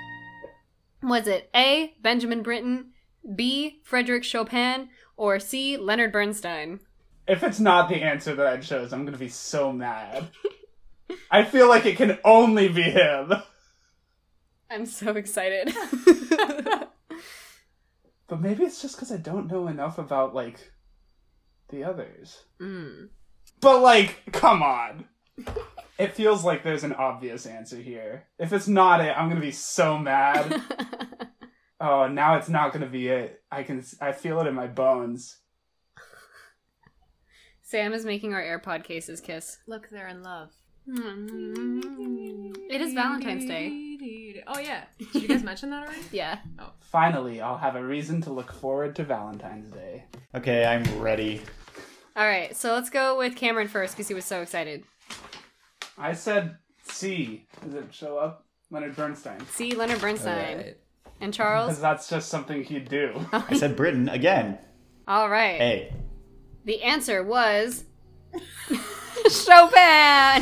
Speaker 3: Was it A. Benjamin Britten, B. Frederick Chopin, or C. Leonard Bernstein?
Speaker 5: If it's not the answer that I chose, I'm gonna be so mad. I feel like it can only be him.
Speaker 3: I'm so excited.
Speaker 5: But maybe it's just because I don't know enough about, like, the others.
Speaker 3: mm.
Speaker 5: But, like, come on! It feels like there's an obvious answer here. If it's not it, I'm gonna be so mad. oh, now it's not gonna be it. I can, I feel it in my bones.
Speaker 3: Sam is making our AirPod cases kiss.
Speaker 1: Look, they're in love.
Speaker 3: It is Valentine's Day.
Speaker 1: Oh yeah. Did you guys mention that already?
Speaker 3: Yeah.
Speaker 5: Finally, I'll have a reason to look forward to Valentine's Day.
Speaker 4: Okay, I'm ready.
Speaker 3: All right, so let's go with Cameron first because he was so excited.
Speaker 5: I said C. Does it show up? Leonard Bernstein.
Speaker 3: See Leonard Bernstein
Speaker 2: All right.
Speaker 3: and Charles.
Speaker 5: Because that's just something he'd do.
Speaker 4: I said Britain again.
Speaker 3: All right.
Speaker 4: A.
Speaker 3: The answer was Chopin.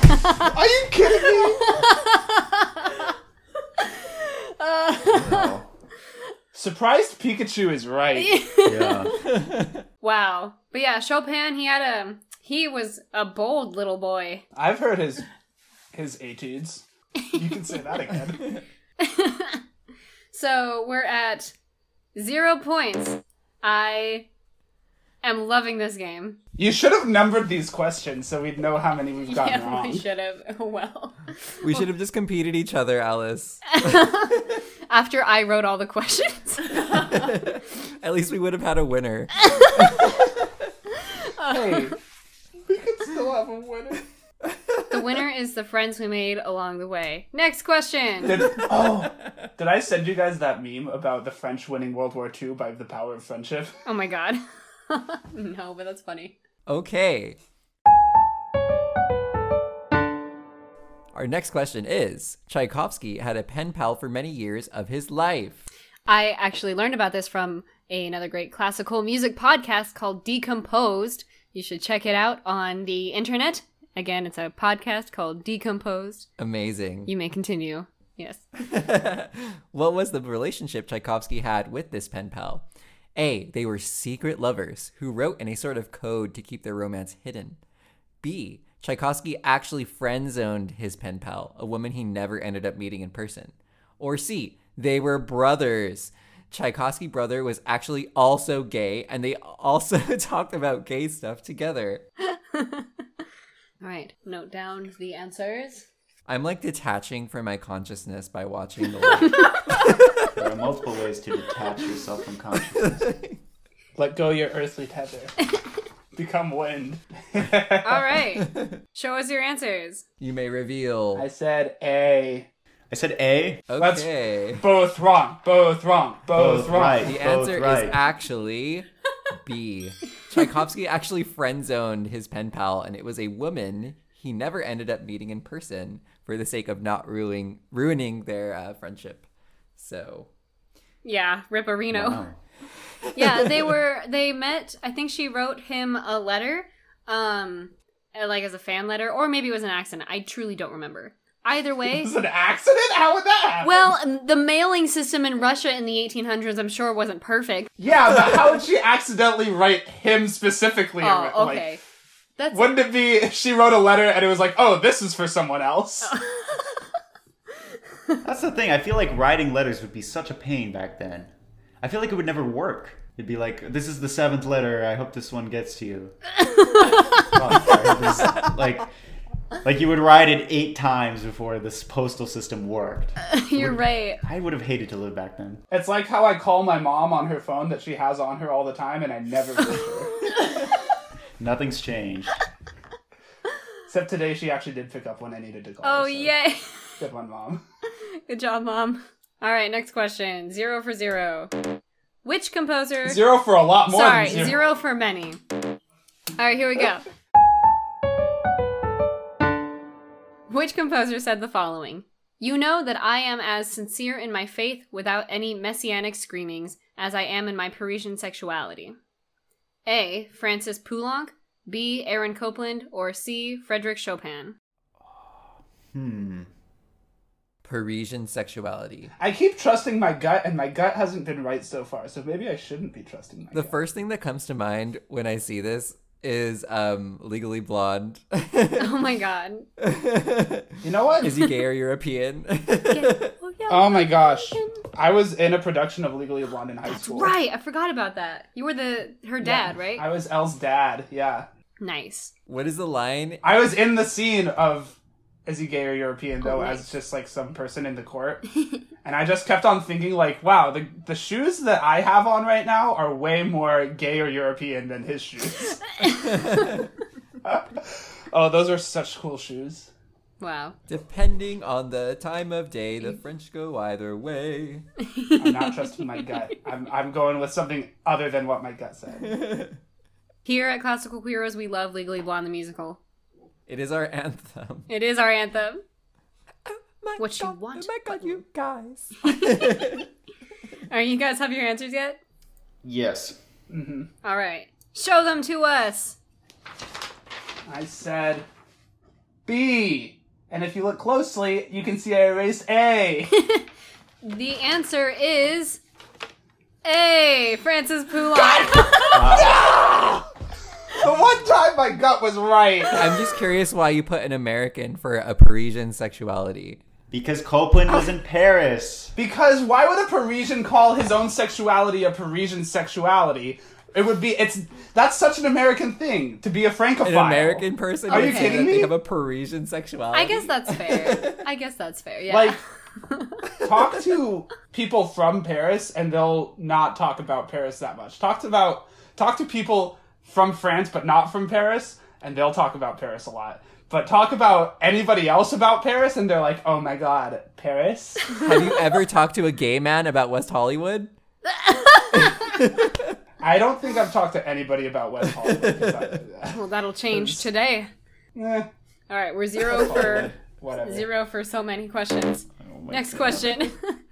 Speaker 5: Are you kidding me?
Speaker 4: Oh,
Speaker 5: Surprised Pikachu is right.
Speaker 4: yeah.
Speaker 3: wow. But yeah, Chopin, he had a he was a bold little boy.
Speaker 5: I've heard his his etudes. You can say that again.
Speaker 3: So we're at zero points. I am loving this game.
Speaker 5: You should have numbered these questions so we'd know how many we've gotten
Speaker 3: yeah,
Speaker 5: wrong.
Speaker 3: we should have. Oh, Well,
Speaker 2: We should have just competed each other, Alice.
Speaker 3: after I wrote all the questions.
Speaker 2: At least we would have had a winner.
Speaker 5: Hey, we could still have a winner.
Speaker 3: the winner is the friends we made along the way. Next question.
Speaker 5: Did, oh, did I send you guys that meme about the French winning World War II by the power of friendship?
Speaker 3: Oh my god. no, but that's funny.
Speaker 2: Okay. Our next question is Tchaikovsky had a pen pal for many years of his life.
Speaker 3: I actually learned about this from another great classical music podcast called Decomposed. You should check it out on the internet. Again, it's a podcast called Decomposed.
Speaker 2: Amazing.
Speaker 3: You may continue. Yes.
Speaker 2: what was the relationship Tchaikovsky had with this pen pal? A. They were secret lovers who wrote in a sort of code to keep their romance hidden. B. Tchaikovsky actually friend zoned his pen pal, a woman he never ended up meeting in person. Or C. They were brothers. Tchaikovsky's brother was actually also gay, and they also talked about gay stuff together.
Speaker 3: All right. Note down the answers.
Speaker 2: I'm like detaching from my consciousness by watching the.
Speaker 4: There are multiple ways to detach yourself from consciousness.
Speaker 5: Let go your earthly tether. Become wind.
Speaker 3: All right. Show us your answers.
Speaker 2: you may reveal.
Speaker 5: I said A.
Speaker 4: I said A.
Speaker 5: That's-
Speaker 2: Okay.
Speaker 5: Both wrong. Both wrong. Both,
Speaker 4: Both
Speaker 5: wrong.
Speaker 4: right.
Speaker 2: The
Speaker 4: Both
Speaker 2: answer
Speaker 4: right.
Speaker 2: is actually B. Tchaikovsky actually friend zoned his pen pal, and it was a woman he never ended up meeting in person for the sake of not ruining ruining their uh, friendship. So
Speaker 3: Yeah, Rip Areno.
Speaker 4: Wow.
Speaker 3: yeah, they were they met. I think she wrote him a letter, um, uh, like as a fan letter, or maybe it was an accident. I truly don't remember. Either way,
Speaker 5: This is an accident? How would that happen?
Speaker 3: well, um, the mailing system in Russia in the 1800s, I'm sure, wasn't perfect.
Speaker 5: Yeah, but how would she accidentally write him specifically?
Speaker 3: Oh,
Speaker 5: Like,
Speaker 3: okay, that's
Speaker 5: wouldn't it be if she wrote a letter and it was like, oh, this is for someone else?
Speaker 3: Oh.
Speaker 4: That's the thing. I feel like writing letters would be such a pain back then. I feel like it would never work. It'd be like, this is the seventh letter. I hope this one gets to you. Fuck, I hope this- like, like you would write it eight times before this postal system worked.
Speaker 3: you're right.
Speaker 4: I would have hated to live back then.
Speaker 5: it's like how I call my mom on her phone that she has on her all the time and I never reach her.
Speaker 4: Nothing's changed.
Speaker 5: Except today she actually did pick up when I needed to call.
Speaker 3: Oh
Speaker 5: her, so
Speaker 3: yay!
Speaker 5: Good one, mom.
Speaker 3: Good job, mom. All right, next question. Zero for zero. Which composer?
Speaker 5: Zero for a lot more
Speaker 3: Sorry,
Speaker 5: than zero.
Speaker 3: zero. for many. All right, here we go. Which composer said the following? You know that I am as sincere in my faith without any messianic screamings as I am in my Parisian sexuality. A. Francis Poulenc, B. Aaron Copland, or C. Frederick Chopin.
Speaker 4: Hmm.
Speaker 2: Parisian sexuality.
Speaker 5: I keep trusting my gut, and my gut hasn't been right so far. So maybe I shouldn't be trusting my
Speaker 2: The
Speaker 5: gut.
Speaker 2: first thing that comes to mind when I see this is um legally blonde.
Speaker 3: Oh my god.
Speaker 5: you know what?
Speaker 2: is he gay or European?
Speaker 3: Oh yeah.
Speaker 5: Oh my gosh! I was in a production of Legally Blonde in high school.
Speaker 3: Right, I forgot about that. You were the her dad, right?
Speaker 5: I was Elle's dad. Yeah,
Speaker 3: nice.
Speaker 2: what is the line?
Speaker 5: I was in the scene of is he gay or European though,
Speaker 3: Oh,
Speaker 5: as just like some person in the court, and I just kept on thinking like, wow, the the shoes that I have on right now are way more gay or European than his shoes. oh, those are such cool shoes.
Speaker 3: Wow.
Speaker 2: Depending on the time of day, the French go either way.
Speaker 5: I'm not trusting my gut. I'm I'm going with something other than what my gut said.
Speaker 3: Here at Classical Queeros, we love Legally Blonde the musical.
Speaker 2: It is our anthem.
Speaker 3: It is our anthem.
Speaker 2: My
Speaker 3: What you want,
Speaker 2: Oh my god, you guys.
Speaker 3: All right, you guys have your answers yet?
Speaker 4: Yes.
Speaker 3: All right. Show them to us.
Speaker 5: I said B, and if you look closely, you can see I erased A.
Speaker 3: The answer is A. Francis Poulon.
Speaker 5: the one time my gut was right.
Speaker 2: I'm just curious why you put an American for a Parisian sexuality.
Speaker 4: Because Copeland was in Paris.
Speaker 5: Because why would a Parisian call his own sexuality a Parisian sexuality? It would be it's that's such an American thing to be a francophile.
Speaker 2: An American person
Speaker 5: Are
Speaker 2: would
Speaker 5: you
Speaker 2: say
Speaker 5: kidding
Speaker 2: that they
Speaker 5: me?
Speaker 2: have a Parisian sexuality.
Speaker 3: I guess that's fair. I guess that's fair. Yeah.
Speaker 5: Like talk to people from Paris and they'll not talk about Paris that much. Talk to about talk to people from France but not from Paris and they'll talk about Paris a lot. But talk about anybody else about Paris and they're like, "Oh my god, Paris?"
Speaker 2: Have you ever talked to a gay man about West Hollywood?
Speaker 5: I don't think I've talked to anybody about West Hollywood. besides that.
Speaker 3: well, that'll change today.
Speaker 5: Eh,
Speaker 3: All right, we're zero for
Speaker 5: whatever.
Speaker 3: zero for so many questions.
Speaker 4: Oh my
Speaker 3: Next question.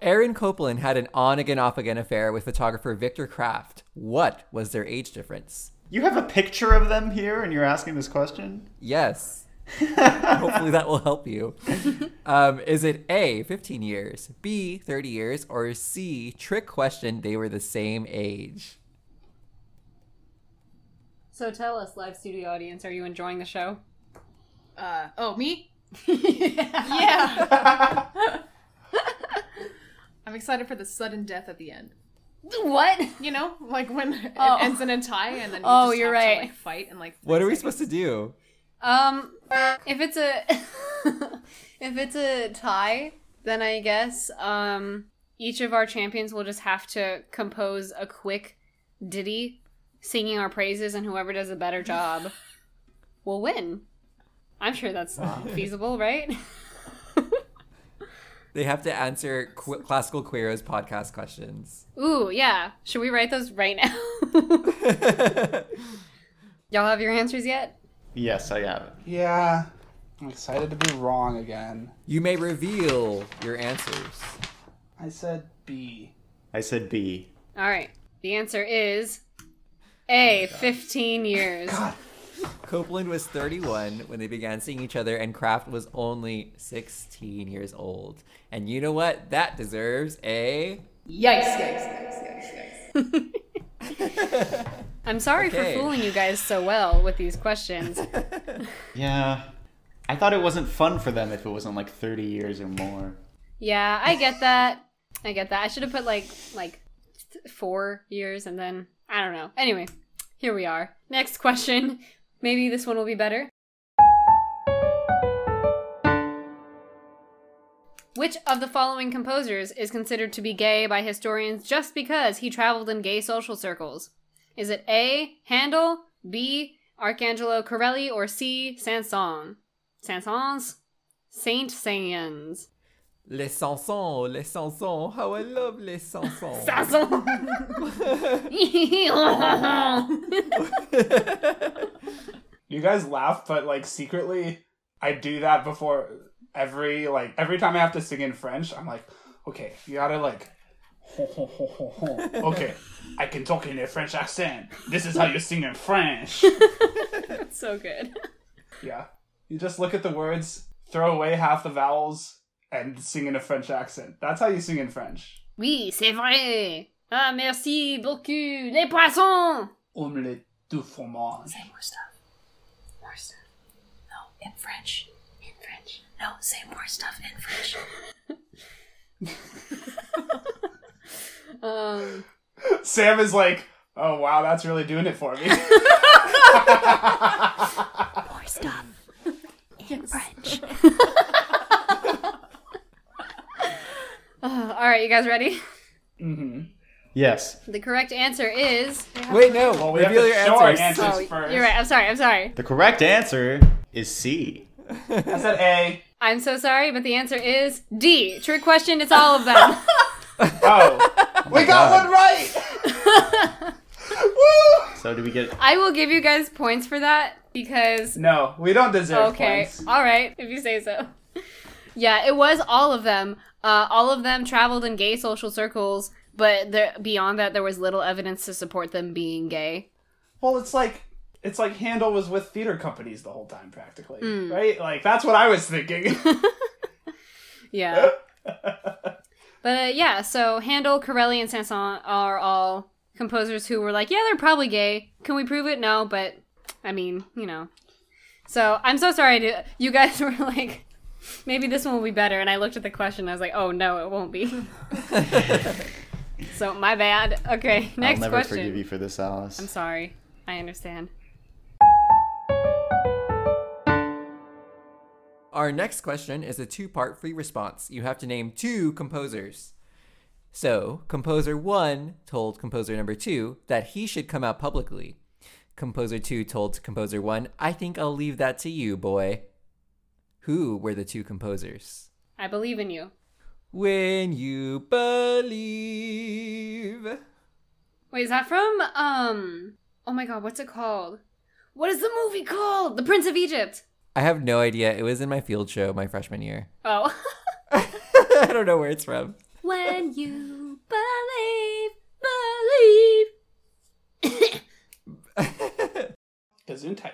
Speaker 2: Aaron Copland had an on again off again affair with photographer Victor Kraft. What was their age difference?
Speaker 4: You have a picture of them here and you're asking this question?
Speaker 2: Yes. Hopefully that will help you. Um, is it A, 15 years, B, 30 years, or C, trick question, they were the same age?
Speaker 3: so tell us, live studio audience, are you enjoying the show?
Speaker 1: Uh, oh, me?
Speaker 3: yeah.
Speaker 1: Yeah. I'm excited for the sudden death at the end.
Speaker 3: What?
Speaker 1: You know, like when it
Speaker 3: Oh.
Speaker 1: ends in a tie and then you
Speaker 3: Oh,
Speaker 1: just
Speaker 3: you're
Speaker 1: have to,
Speaker 3: right.
Speaker 1: like, fight and like.
Speaker 2: What are we supposed to do?
Speaker 3: Um, if it's a if it's a tie, then I guess um each of our champions will just have to compose a quick ditty singing our praises, and whoever does a better job will win. I'm sure that's feasible, right?
Speaker 2: They have to answer qu- classical queeros podcast questions.
Speaker 3: Ooh, yeah. Should we write those right now? Y'all have your answers yet?
Speaker 4: Yes, I have it.
Speaker 5: Yeah. I'm excited to be wrong again.
Speaker 2: you may reveal your answers.
Speaker 5: I said B.
Speaker 4: I said B.
Speaker 3: All right. The answer is A, 15 years.
Speaker 2: Copeland was 31 when they began seeing each other, and Kraft was only 16 years old. And you know what? That deserves a.
Speaker 1: Yikes, yikes, yikes, yikes, yikes.
Speaker 3: I'm sorry
Speaker 2: Okay.
Speaker 3: for fooling you guys so well with these questions.
Speaker 4: Yeah. I thought it wasn't fun for them if it wasn't like 30 years or more.
Speaker 3: yeah, I get that. I get that. I should have put like like th- 4 years and then I don't know. Anyway, here we are. Next question. Maybe this one will be better. Which of the following composers is considered to be gay by historians just because he traveled in gay social circles? Is it A. Handel, B. Arcangelo Corelli, or C. Sanson? Sansons? Saint Sans.
Speaker 2: Les Sansons, Les Sansons, how I love Les Sansons.
Speaker 5: You guys laugh, but like secretly, I do that before every like every time I have to sing in French. I'm like, okay, you gotta like ho, ho, ho, ho, ho. Okay, I can talk in a French accent. This is how you sing in French.
Speaker 3: It's so good.
Speaker 5: Yeah. You just look at the words, throw away half the vowels, and sing in a French accent. That's how you sing in French.
Speaker 3: Oui, c'est vrai. Ah, merci beaucoup. Les poissons.
Speaker 5: Omelette du fromage.
Speaker 6: Say more stuff. More stuff. No, in French. In French. No, say more stuff in French.
Speaker 3: Um,
Speaker 5: Sam is like, oh wow, that's really doing it for me.
Speaker 6: More stuff. In French.
Speaker 3: all right, you guys ready?
Speaker 5: hmm
Speaker 4: Yes.
Speaker 3: The correct answer is.
Speaker 2: Wait, no.
Speaker 5: Well, we
Speaker 2: Reveal
Speaker 5: have to
Speaker 2: your
Speaker 5: show our
Speaker 2: answers.
Speaker 5: answers
Speaker 3: Oh,
Speaker 5: first.
Speaker 3: you're right. I'm sorry. I'm sorry.
Speaker 4: The correct answer is C.
Speaker 5: I said A.
Speaker 3: I'm so sorry, but the answer is D. Trick question. It's all of them.
Speaker 5: Oh, we
Speaker 2: God.
Speaker 5: got one right. Woo!
Speaker 4: So do we get
Speaker 3: I will give you guys points for that because
Speaker 5: No, we don't deserve
Speaker 3: okay
Speaker 5: points.
Speaker 3: all right if you say so yeah it was all of them uh, all of them traveled in gay social circles but there, beyond that there was little evidence to support them being gay
Speaker 5: Well, it's like it's like Handel was with theater companies the whole time, practically,
Speaker 3: Hmm.
Speaker 5: right? Like that's what I was thinking.
Speaker 3: yeah but uh, yeah so handel corelli and sanson are all composers who were like yeah they're probably gay can we prove it no but i mean you know so i'm so sorry to you guys were like maybe this one will be better and i looked at the question and i was like oh no it won't be so my bad okay next
Speaker 4: I'll never
Speaker 3: question
Speaker 4: forgive you for this, Alice.
Speaker 3: i'm sorry i understand
Speaker 2: Our next question is a two part free response. You have to name two composers. So, composer one told composer number two that he should come out publicly. Composer two told composer one, I think I'll leave that to you, boy. Who were the two composers?
Speaker 3: i believe in you
Speaker 2: When you believe.
Speaker 3: wait is that from um oh my god what's it called what is the movie called the prince of egypt
Speaker 2: I have no idea. It was in my field show my freshman year.
Speaker 3: oh
Speaker 2: I don't know where it's from.
Speaker 3: When you believe, believe.
Speaker 5: Gesundheit.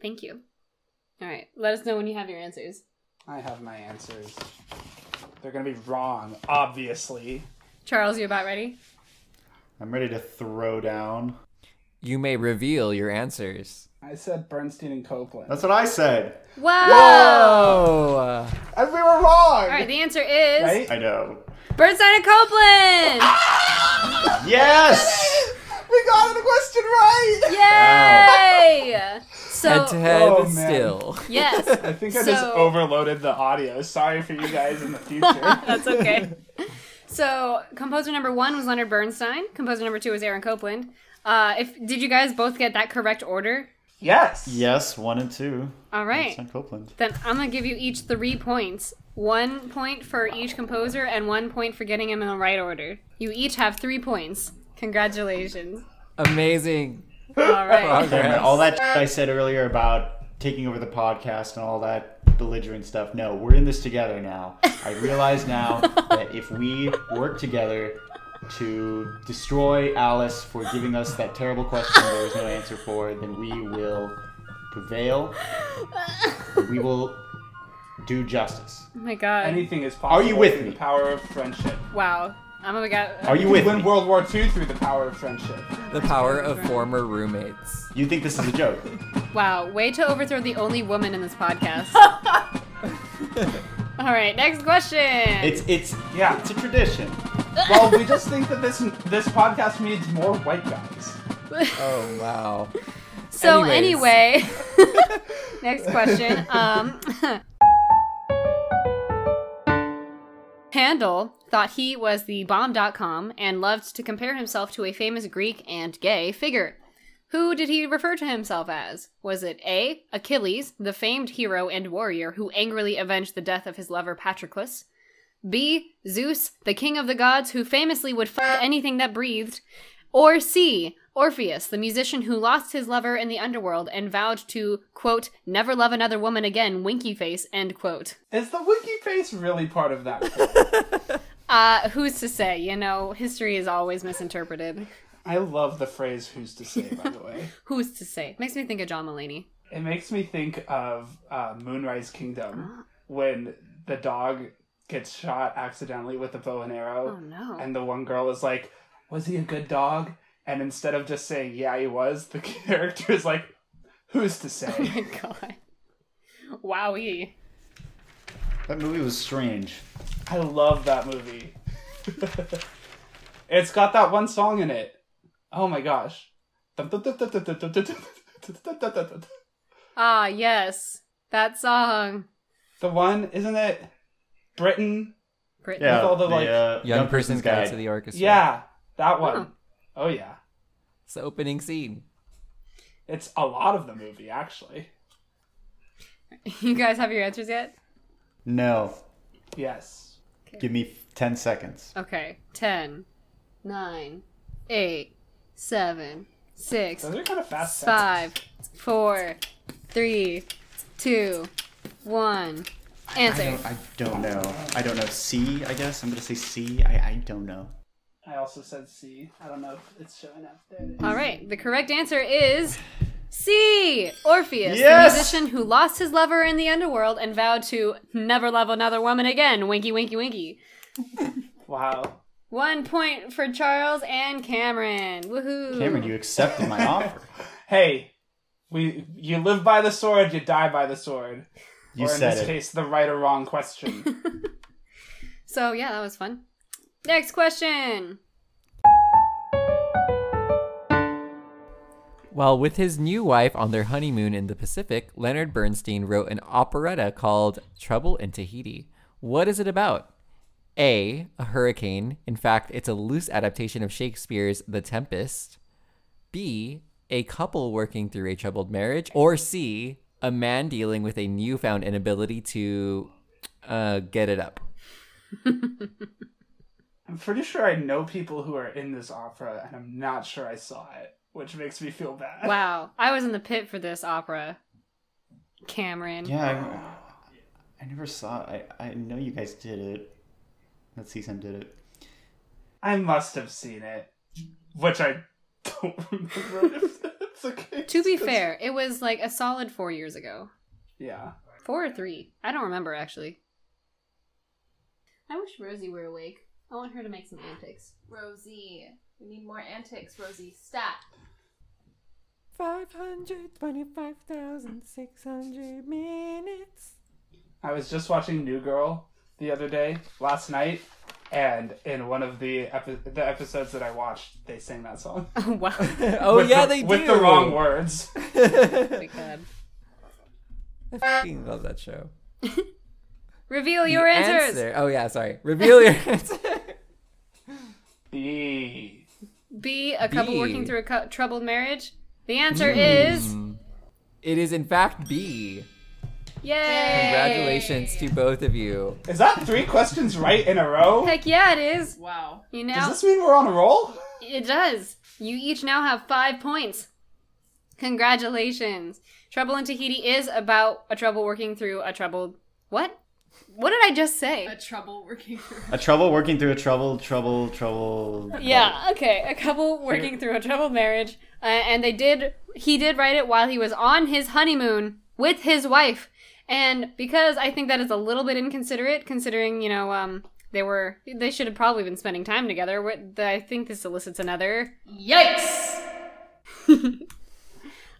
Speaker 3: Thank you. All right, let us know when you have your answers.
Speaker 5: I have my answers. They're gonna be wrong, obviously.
Speaker 3: Charles, you about ready?
Speaker 4: I'm ready to throw down.
Speaker 2: You may reveal your answers.
Speaker 5: I said Bernstein and Copeland.
Speaker 4: That's what I said.
Speaker 3: Wow!
Speaker 2: Oh!
Speaker 5: and we were wrong.
Speaker 3: All right, the answer is
Speaker 5: Right?
Speaker 4: I know.
Speaker 3: Bernstein and Copeland.
Speaker 4: Yes!
Speaker 5: we got the question right.
Speaker 3: Yay! So
Speaker 2: head to head
Speaker 5: Oh, man.
Speaker 2: still.
Speaker 3: yes,
Speaker 5: I think I
Speaker 3: So-
Speaker 5: just overloaded the audio. Sorry for you guys in the future.
Speaker 3: that's okay. So composer number one was Leonard Bernstein. Composer number two was Aaron Copeland. Uh, if did you guys both get that correct order?
Speaker 5: yes.
Speaker 4: Yes, one and two.
Speaker 3: All right.
Speaker 4: Son Copeland.
Speaker 3: Then I'm gonna give you each three points. One point for each composer and one point for getting them in the right order. You each have three points. Congratulations.
Speaker 2: Amazing.
Speaker 3: All right.
Speaker 4: Damn it,
Speaker 2: progress.
Speaker 4: all that I said earlier about taking over the podcast and all that belligerent stuff. No, we're in this together now. I realize now that if we work together to destroy Alice for giving us that terrible question there was no answer for, then we will prevail. We will do justice.
Speaker 3: Oh my god.
Speaker 5: Anything is possible.
Speaker 4: Are you with
Speaker 5: through
Speaker 4: me?
Speaker 5: The power of friendship.
Speaker 3: Wow. I'm gonna go.
Speaker 4: Are you
Speaker 5: We
Speaker 4: with
Speaker 5: win
Speaker 4: me?
Speaker 5: World War II through the power of friendship.
Speaker 2: The power of former roommates.
Speaker 4: You think this is a joke?
Speaker 3: Wow. Way to overthrow the only woman in this podcast. All right. Next question.
Speaker 4: It's it's
Speaker 5: Yeah.
Speaker 4: It's a tradition.
Speaker 5: well, we just think that this this podcast needs more white guys.
Speaker 2: Oh wow.
Speaker 3: so
Speaker 2: anyways.
Speaker 3: anyway, next question. Um, Handel thought he was the bomb.com and loved to compare himself to a famous Greek and gay figure. Who did he refer to himself as? Was it A. Achilles, the famed hero and warrior who angrily avenged the death of his lover Patroclus? B. Zeus, the king of the gods who famously would fuck anything that breathed? Or C. Orpheus, the musician who lost his lover in the underworld and vowed to, quote, never love another woman again, winky face, end quote.
Speaker 5: Is the wiki face really part of that?
Speaker 3: Uh, who's to say? You know, history is always misinterpreted.
Speaker 5: I love the phrase "Who's to say." By the way,
Speaker 3: Who's to say? Makes me think of John Mulaney.
Speaker 5: it makes me think of uh, Moonrise
Speaker 3: Ah.
Speaker 5: Kingdom when the dog gets shot accidentally with a bow and
Speaker 3: Oh
Speaker 5: arrow,
Speaker 3: no.
Speaker 5: and the one girl is like, "Was he a good dog?" And instead of just saying, "Yeah, he was," the character is like, "Who's to
Speaker 3: oh
Speaker 5: say?"
Speaker 3: my god. Wowie.
Speaker 4: That movie was strange.
Speaker 5: I love that movie. it's got that one song in it. Oh my gosh. The
Speaker 3: Ah, yes. That song.
Speaker 5: one, isn't it? Britain.
Speaker 3: Britain.
Speaker 4: Yeah,
Speaker 5: all the, like,
Speaker 4: uh,
Speaker 2: Young, person's guide to the orchestra.
Speaker 5: Yeah, that
Speaker 3: Huh.
Speaker 5: one. Oh yeah.
Speaker 2: It's the opening scene.
Speaker 5: It's a lot of the movie actually.
Speaker 3: You guys have your answers yet?
Speaker 4: No,
Speaker 5: Yes.
Speaker 4: give me ten seconds.
Speaker 3: Okay. Ten, nine, eight, seven, six,
Speaker 5: Those are kind of fast.
Speaker 3: five, four, three, two, one. Answer.
Speaker 4: I don't know. I don't know. C, I guess. I'm gonna say C. I, I don't know.
Speaker 5: I also said C. I don't know if it's showing up there. it is.
Speaker 3: All right. The correct answer is C. Orpheus,
Speaker 4: Yes!
Speaker 3: the musician who lost his lover in the underworld and vowed to never love another woman again. Winky, winky, winky.
Speaker 5: Wow.
Speaker 3: One point for Charles and Cameron. Woohoo!
Speaker 4: Cameron, you accepted my offer.
Speaker 5: Hey, we you live by the sword, you die by the sword.
Speaker 4: You
Speaker 5: or in
Speaker 4: said
Speaker 5: this
Speaker 4: it.
Speaker 5: case, the right or wrong question.
Speaker 3: So yeah, that was fun. Next question.
Speaker 2: While with his new wife on their honeymoon in the Pacific, Leonard Bernstein wrote an operetta called Trouble in Tahiti. What is it about? A. A hurricane. In fact, it's a loose adaptation of Shakespeare's The Tempest. B. A couple working through a troubled marriage. Or C. A man dealing with a newfound inability to uh, get it up.
Speaker 5: I'm pretty sure I know people who are in this opera, and I'm not sure I saw it, which makes me feel bad.
Speaker 3: Wow, I was in the pit for this opera. Cameron.
Speaker 4: Yeah, I, I never saw it. I, I know you guys did it. That season did it.
Speaker 5: I must have seen it, which I don't remember if that's the case.
Speaker 3: To be
Speaker 5: 'cause-
Speaker 3: fair, it was like a solid four years ago.
Speaker 5: Yeah.
Speaker 3: Four or three. I don't remember actually. I wish Rosie were awake. I want her to make some antics.
Speaker 7: Rosie. We need more antics, Rosie. Stop.
Speaker 2: 525,600 minutes.
Speaker 5: I was just watching New Girl the other day, last night, and in one of the, epi- the episodes that I watched, they sang that song.
Speaker 3: Oh wow.
Speaker 2: Oh,
Speaker 5: With
Speaker 2: yeah,
Speaker 5: the-
Speaker 2: they do.
Speaker 5: With the wrong words.
Speaker 3: Oh my god.
Speaker 2: I fucking love that show.
Speaker 3: Reveal your
Speaker 2: The
Speaker 3: answers.
Speaker 2: answer- Oh yeah, sorry. Reveal your answer.
Speaker 5: B.
Speaker 3: B. A couple
Speaker 2: B. Hmm.
Speaker 3: working through a cou- troubled marriage. The answer is
Speaker 2: It is in fact B.
Speaker 3: yay.
Speaker 2: Congratulations to both of you.
Speaker 5: Is that three questions right in a row?
Speaker 3: Heck yeah, it is.
Speaker 1: Wow.
Speaker 3: You know.
Speaker 5: Does this mean we're on a roll?
Speaker 3: It does. You each now have five points. Congratulations. Trouble in Tahiti is about a trouble working through a troubled. What? What did I just say?
Speaker 1: A trouble working through.
Speaker 4: A trouble working through a trouble, trouble, trouble.
Speaker 3: Yeah, okay. A couple working through a troubled marriage. Uh, and they did, he did write it while he was on his honeymoon with his wife. And because I think that is a little bit inconsiderate, considering, you know, um, they were, they should have probably been spending time together. What- I think this elicits another.
Speaker 1: Yikes!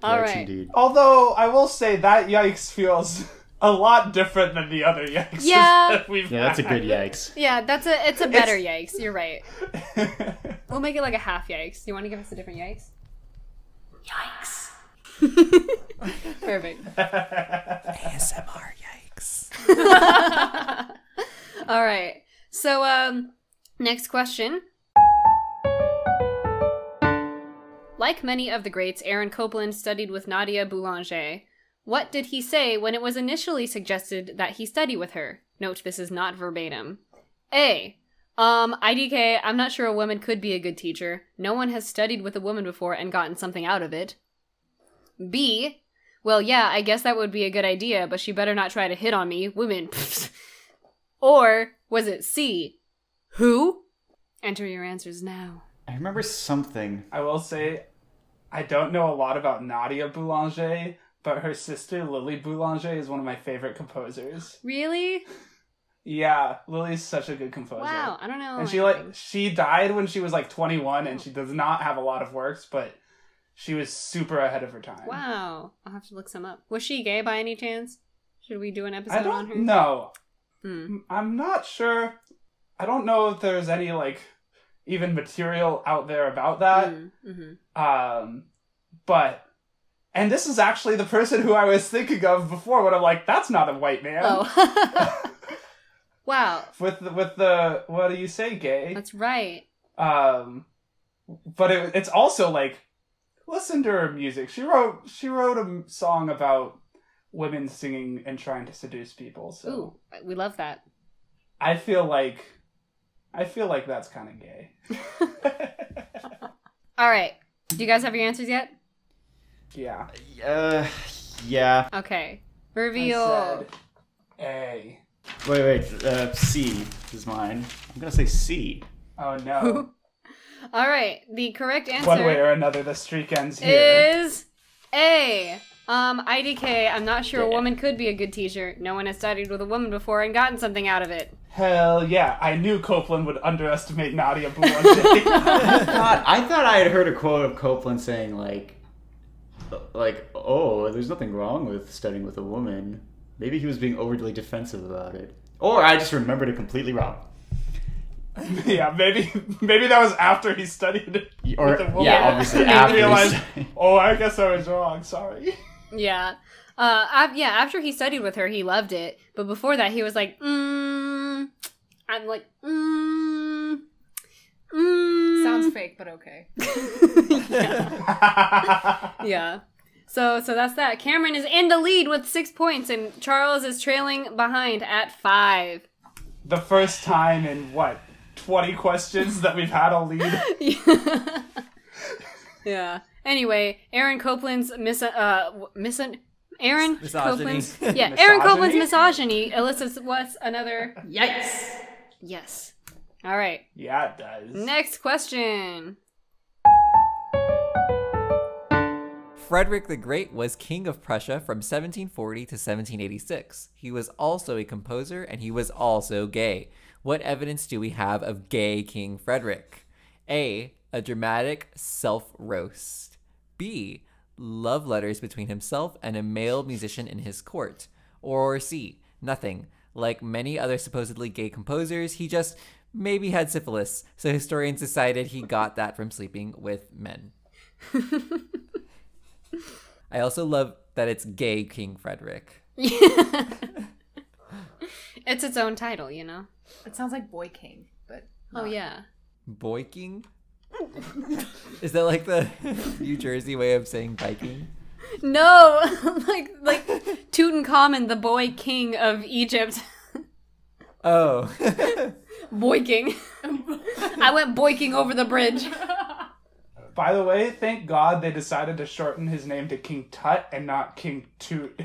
Speaker 3: All
Speaker 4: Yikes,
Speaker 3: right.
Speaker 4: Indeed.
Speaker 5: Although I will say that yikes feels a lot different than the other yikes.
Speaker 3: Yeah.
Speaker 5: that we've
Speaker 4: Yeah, that's a
Speaker 5: had.
Speaker 4: good yikes.
Speaker 3: Yeah, that's a it's a better yikes. You're right. We'll make it like a half yikes. You want to give us a different yikes?
Speaker 6: Yikes.
Speaker 3: Perfect.
Speaker 2: ASMR yikes.
Speaker 3: All right. So um next question. Like many of the greats, Aaron Copland studied with Nadia Boulanger. What did he say when it was initially suggested that he study with her? Note this is not verbatim. A. Um, IDK, I'm not sure a woman could be a good teacher. No one has studied with a woman before and gotten something out of it. B. Well, yeah, I guess that would be a good idea, but she better not try to hit on me. Women. pfft. Or was it C? Who? Enter your answers now.
Speaker 4: I remember something.
Speaker 5: I will say, I don't know a lot about Nadia Boulanger, but her sister Lily Boulanger is one of my favorite composers.
Speaker 3: Really?
Speaker 5: Yeah, Lily's such a good composer.
Speaker 3: Wow. Oh I don't know.
Speaker 5: And she like she died when she was like 21, and she does not have a lot of works, but she was super ahead of her time.
Speaker 3: Wow. I'll have to look some up. Was she gay by any chance? Should we do an episode
Speaker 5: I
Speaker 3: on her?
Speaker 5: don't know.
Speaker 3: Hmm.
Speaker 5: I'm not sure. I don't know if there's any like even material out there about that.
Speaker 3: Mm, mhm.
Speaker 5: Um, but and this is actually the person who I was thinking of before when I'm like, that's not a white man.
Speaker 3: Oh. wow.
Speaker 5: With the, with the what do you say, gay?
Speaker 3: That's right.
Speaker 5: Um, but it, it's also like, listen to her music. She wrote she wrote a m- song about women singing and trying to seduce people. So
Speaker 3: Ooh, we love that.
Speaker 5: I feel like I feel like that's kind of gay.
Speaker 3: All right. Do you guys have your answers yet?
Speaker 5: Yeah.
Speaker 4: Uh, yeah.
Speaker 3: Okay.
Speaker 5: I
Speaker 3: Reveal.
Speaker 5: said A.
Speaker 4: Wait, wait. Uh, C is mine. I'm gonna say C.
Speaker 5: Oh no.
Speaker 3: All right. The correct answer.
Speaker 5: One way or another, the streak ends here.
Speaker 3: is A. Um, IDK, I'm not sure a woman could be a good teacher. No one has studied with a woman before and gotten something out of it.
Speaker 5: Hell yeah! I knew Copeland would underestimate Nadia Boulanger.
Speaker 4: I thought I thought I had heard a quote of Copeland saying like, like, oh, there's nothing wrong with studying with a woman. Maybe he was being overly defensive about it, or I just remembered it completely wrong.
Speaker 5: yeah, maybe maybe that was after he studied
Speaker 4: Or
Speaker 5: with a woman.
Speaker 4: yeah, obviously
Speaker 5: And
Speaker 4: after he
Speaker 5: realized,
Speaker 4: studied.
Speaker 5: oh, I guess I was wrong. Sorry.
Speaker 3: Yeah. Uh, af- yeah, after he studied with her, he loved it. But before that, he was like, mm, I'm like, mm, mm.
Speaker 1: Sounds fake, but okay.
Speaker 3: yeah. So so that's that. Cameron is in the lead with six points, and Charles is trailing behind at five.
Speaker 5: the first time in what twenty questions that we've had a lead.
Speaker 3: yeah. Anyway, Aaron Copeland's mis uh w- misun Aaron
Speaker 2: Misogyny.
Speaker 3: Copeland's yeah Aaron Copeland's
Speaker 5: Misogyny?
Speaker 3: misogyny elicits what's another
Speaker 7: Yikes.
Speaker 3: yes. All right.
Speaker 5: Yeah, it does.
Speaker 3: Next question.
Speaker 2: Frederick the Great was king of Prussia from 1740 to 1786. He was also a composer and he was also gay. What evidence do we have of gay King Frederick? A. A dramatic self roast. B. Love letters between himself and a male musician in his court. Or C. Nothing. Like many other supposedly gay composers, he just maybe had syphilis, so historians decided he got that from sleeping with men. I also love that it's gay King Frederick.
Speaker 3: it's its own title, you know.
Speaker 1: It sounds like Boy King, but
Speaker 3: Oh yeah.
Speaker 2: Boy King? Is that like the New Jersey way of saying Viking?
Speaker 3: No, like like Tutankhamun, the boy king of Egypt.
Speaker 2: Oh.
Speaker 3: boy king. I went boy king over the bridge.
Speaker 5: By the way, thank God they decided to shorten his name to King Tut and not King Toot.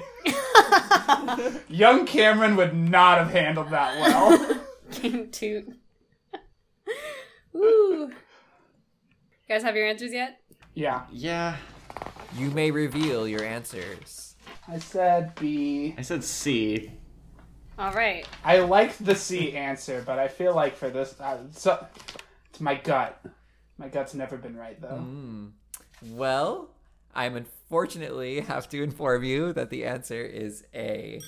Speaker 5: Young Cameron would not have handled that well.
Speaker 3: King Toot. Woo. You guys have your answers yet?
Speaker 5: Yeah,
Speaker 4: Yeah,
Speaker 2: you may reveal your answers.
Speaker 5: I said B.
Speaker 4: I said C.
Speaker 3: All right.
Speaker 5: I like the C answer, but I feel like for this, uh, so, it's my gut. My gut's never been right though.
Speaker 2: Well, I'm unfortunately have to inform you that the answer is A.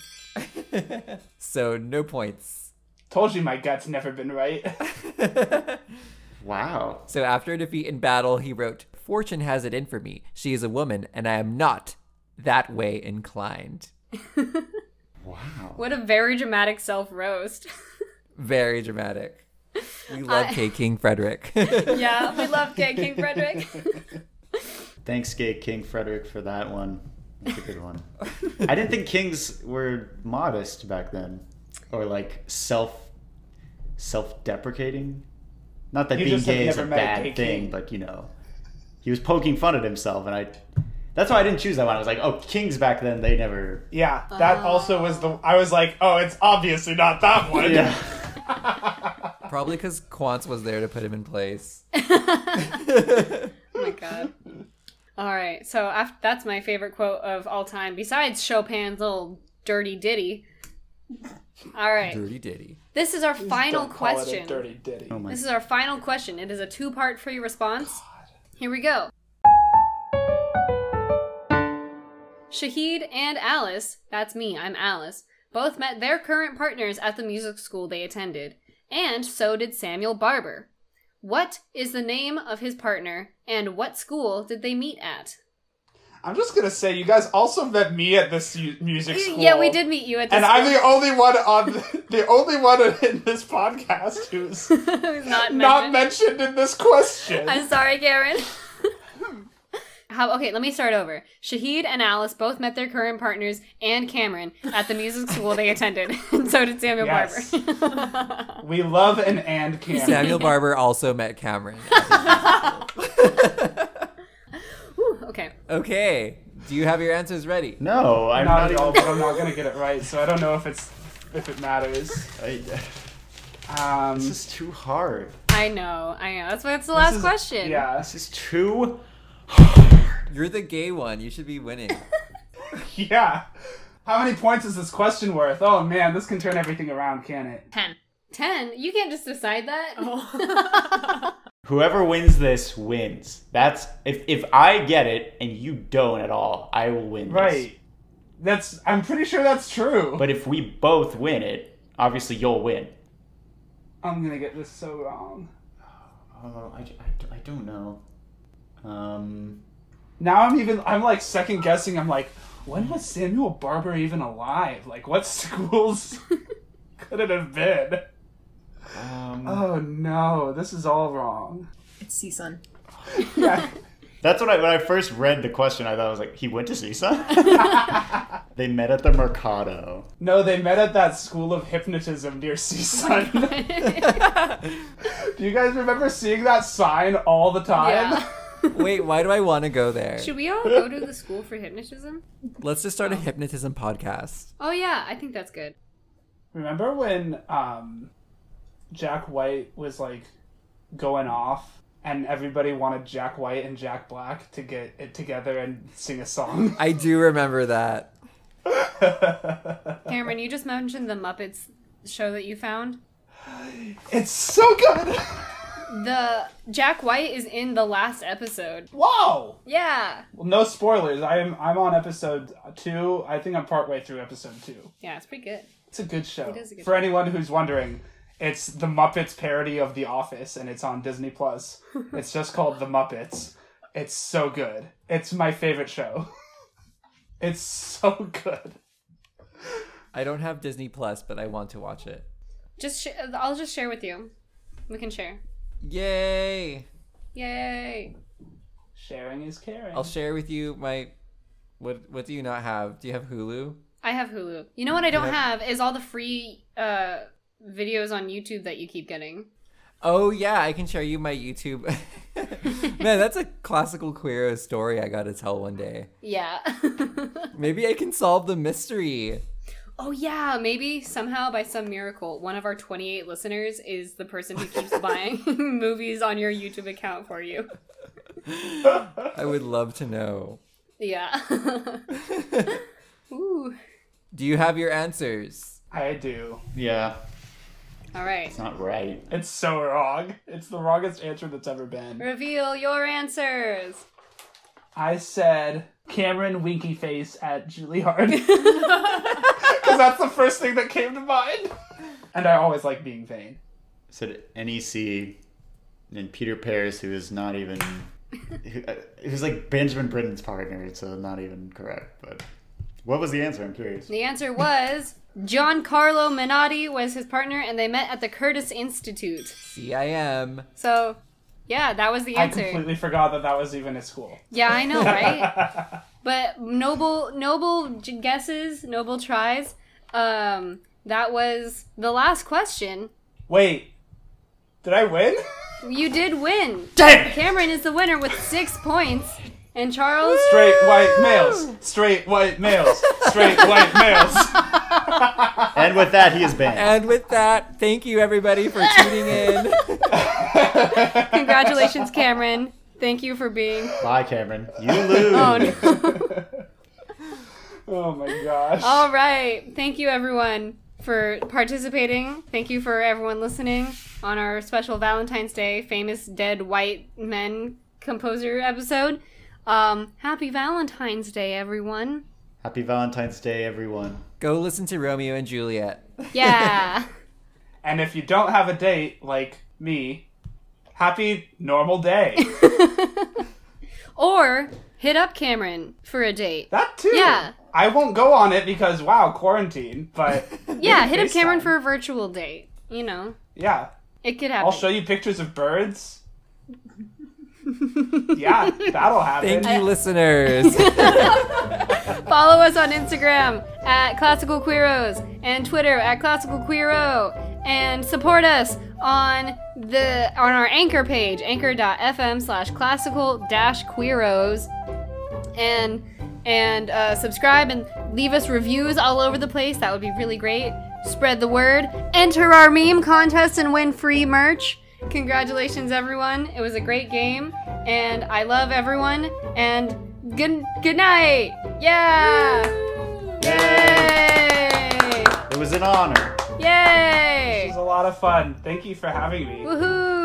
Speaker 2: so no points.
Speaker 5: Told you my gut's never been right.
Speaker 4: Wow.
Speaker 2: So after a defeat in battle, he wrote, Fortune has it in for me. She is a woman, and I am not that way inclined.
Speaker 4: Wow.
Speaker 3: What a very dramatic self roast.
Speaker 2: Very dramatic. We love
Speaker 3: I-
Speaker 2: K. King Frederick.
Speaker 3: yeah, we love Gay King Frederick. Oh
Speaker 4: Thanks, Gay King Frederick, for that one. That's a good one. I didn't think kings were modest back then, or like self self deprecating. Not that
Speaker 5: You
Speaker 4: being
Speaker 5: just have
Speaker 4: gay is a
Speaker 5: never met a
Speaker 4: bad
Speaker 5: gay
Speaker 4: thing,
Speaker 5: king.
Speaker 4: but you know, he was poking fun at himself, and I. That's why I didn't choose that one. I was like, oh, kings back then they never.
Speaker 5: Yeah,
Speaker 3: Uh-huh.
Speaker 5: that also was the. I was like, oh, it's obviously not that one.
Speaker 4: Yeah.
Speaker 2: Probably because Quants was there to put him in place.
Speaker 3: Oh my god. All right, so af that's my favorite quote of all time, besides Chopin's little dirty ditty. All right,
Speaker 2: Dirty Diddy.
Speaker 3: this is our final
Speaker 5: Don't call
Speaker 3: question.
Speaker 5: It a dirty ditty.
Speaker 4: Oh my
Speaker 3: This is our final question. It is a two part free response. Here we go. Shahid and Alice, that's me, I'm Alice, both met their current partners at the music school they attended, and so did Samuel Barber. What is the name of his partner, and what school did they meet at?
Speaker 5: I'm just gonna say, you guys also met me at this u- music school.
Speaker 3: Yeah, we did meet you at this
Speaker 5: And I'm the only one on the only one in this podcast who's
Speaker 3: Who's not mentioned.
Speaker 5: not mentioned in this question.
Speaker 3: I'm sorry, Karen. How, okay, let me start over. Shahid and Alice both met their current partners and Cameron at the music school they attended, and so did Samuel
Speaker 5: Yes.
Speaker 3: Barber.
Speaker 5: We love an and Cameron.
Speaker 2: Samuel Barber also met Cameron.
Speaker 3: Whew, okay,
Speaker 2: okay. Do you have your answers ready?
Speaker 4: No, I'm
Speaker 5: not
Speaker 4: not,
Speaker 5: at all,
Speaker 4: even.
Speaker 5: but I'm not gonna get it right, so I don't know if it's if it matters.
Speaker 4: I,
Speaker 5: Um,
Speaker 4: this is too hard.
Speaker 3: I know, I know. That's why it's the last
Speaker 5: is-
Speaker 3: question.
Speaker 5: yeah,
Speaker 4: This is too.
Speaker 2: You're the gay one. You should be winning.
Speaker 5: yeah. How many points is this question worth? Oh man, this can turn everything around, can it?
Speaker 1: Ten.
Speaker 3: Ten. You can't just decide that. Oh.
Speaker 4: Whoever wins this wins. That's if if I get it and you don't at all, I will win. this.
Speaker 5: Right. That's. I'm pretty sure that's true.
Speaker 4: But if we both win it, obviously you'll win.
Speaker 5: I'm gonna get this so wrong.
Speaker 4: Oh, I, I, I don't know. Um,
Speaker 5: Now I'm even. I'm like second guessing. I'm like, when was Samuel Barber even alive? Like, what schools could it have been?
Speaker 4: um,
Speaker 5: Oh no, this is all wrong.
Speaker 1: It's CSUN.
Speaker 4: that's what I when I first read the question. I thought I was like, he went to CISA. they met at the Mercado.
Speaker 5: No, they met at that school of hypnotism near CSUN. Do you guys remember seeing that sign all the time?
Speaker 3: Yeah.
Speaker 2: Wait, why do I want to go there?
Speaker 3: Should we all go to the school for hypnotism?
Speaker 2: Let's just start a hypnotism podcast.
Speaker 3: Oh yeah, I think that's good.
Speaker 5: Remember when um, Jack White was like going off, and everybody wanted Jack White and Jack Black to get it together and sing a song?
Speaker 2: I do remember that.
Speaker 3: Cameron, you just mentioned the Muppets show that you found.
Speaker 5: It's so good.
Speaker 3: The Jack White is in the last episode.
Speaker 5: wow.
Speaker 3: Yeah.
Speaker 5: Well, no spoilers. I'm I'm on episode two. I think I'm partway through episode two.
Speaker 3: Yeah, it's pretty good.
Speaker 5: It's a good show.
Speaker 3: is a good
Speaker 5: For anyone who's wondering, it's the Muppets parody of The Office, and it's on Disney Plus. it's just called The Muppets. It's so good. It's my favorite show. it's so good.
Speaker 2: I don't have Disney Plus, but I want to watch it.
Speaker 3: Just sh- I'll just share with you. We can share.
Speaker 2: Yay!
Speaker 3: Yay.
Speaker 5: Sharing is caring.
Speaker 2: I'll share with you my. What What do you not have? Do you have Hulu?
Speaker 3: I have Hulu. You know what I don't have is all the free uh videos on YouTube that you keep getting.
Speaker 2: Oh yeah, I can show you my YouTube. Man, that's a classical queer story I gotta tell one day.
Speaker 3: Yeah.
Speaker 2: Maybe I can solve the mystery.
Speaker 3: oh yeah, maybe somehow by some miracle one of our 28 listeners is the person who keeps buying movies on your YouTube account for you.
Speaker 2: I would love to know.
Speaker 3: Yeah. Ooh.
Speaker 2: Do you have your answers?
Speaker 5: I do.
Speaker 4: Yeah,
Speaker 3: All right.
Speaker 4: it's not right.
Speaker 5: It's so wrong. It's the wrongest answer that's ever been.
Speaker 3: Reveal your answers.
Speaker 5: I said Cameron Winky Face at Juilliard. Because that's the first thing that came to mind. And I always like being vain.
Speaker 4: said NEC and Peter Paris, who is not even. who- uh, It was like Benjamin Britten's partner, so not even correct. But what was the answer? I'm curious.
Speaker 3: The answer was Giancarlo Minotti was his partner, and they met at the Curtis Institute.
Speaker 2: C I M.
Speaker 3: So, yeah, that was the
Speaker 5: I
Speaker 3: answer.
Speaker 5: completely forgot that that was even a school.
Speaker 3: yeah, I know, right? but noble, noble j- guesses, noble tries. Um, that was the last question.
Speaker 5: Wait, did I win?
Speaker 3: You did win. Cameron is the winner with six points, and Charles.
Speaker 5: Straight white males. Straight white males. Straight white males.
Speaker 4: And with that, he is banned.
Speaker 2: And with that, thank you everybody for tuning in.
Speaker 3: Congratulations, Cameron. Thank you for being.
Speaker 4: Bye, Cameron. You lose.
Speaker 3: Oh, no.
Speaker 5: Oh my gosh.
Speaker 3: All right. Thank you, everyone, for participating. Thank you for everyone listening on our special Valentine's Day famous dead white men composer episode. Um, happy Valentine's Day, everyone.
Speaker 4: Happy Valentine's Day, everyone.
Speaker 2: Go listen to Romeo and Juliet.
Speaker 3: Yeah.
Speaker 5: And if you don't have a date like me, happy normal day.
Speaker 3: or hit up Cameron for a date.
Speaker 5: That too.
Speaker 3: Yeah.
Speaker 5: I won't go on it because wow, quarantine. But
Speaker 3: Yeah, hit up Cameron
Speaker 5: FaceTime.
Speaker 3: for a virtual date. You know,
Speaker 5: yeah,
Speaker 3: it could
Speaker 5: I'll
Speaker 3: happen.
Speaker 5: show you pictures of birds. yeah, that'll happen.
Speaker 2: Thank you, listeners.
Speaker 3: Follow us on Instagram at Classical Queeros and Twitter at Classical Queero and support us on the on our anchor page, anchor.fm slash classical dash queeros. And and uh, subscribe and leave us reviews all over the place. That would be really great. Spread the word. Enter our meme contest and win free merch. Congratulations, everyone. It was a great game, and I love everyone. And good good night. Yeah. Yay.
Speaker 4: It was an honor.
Speaker 5: It
Speaker 3: Yay.
Speaker 5: was a lot of fun. Thank you for having me.
Speaker 3: Woohoo.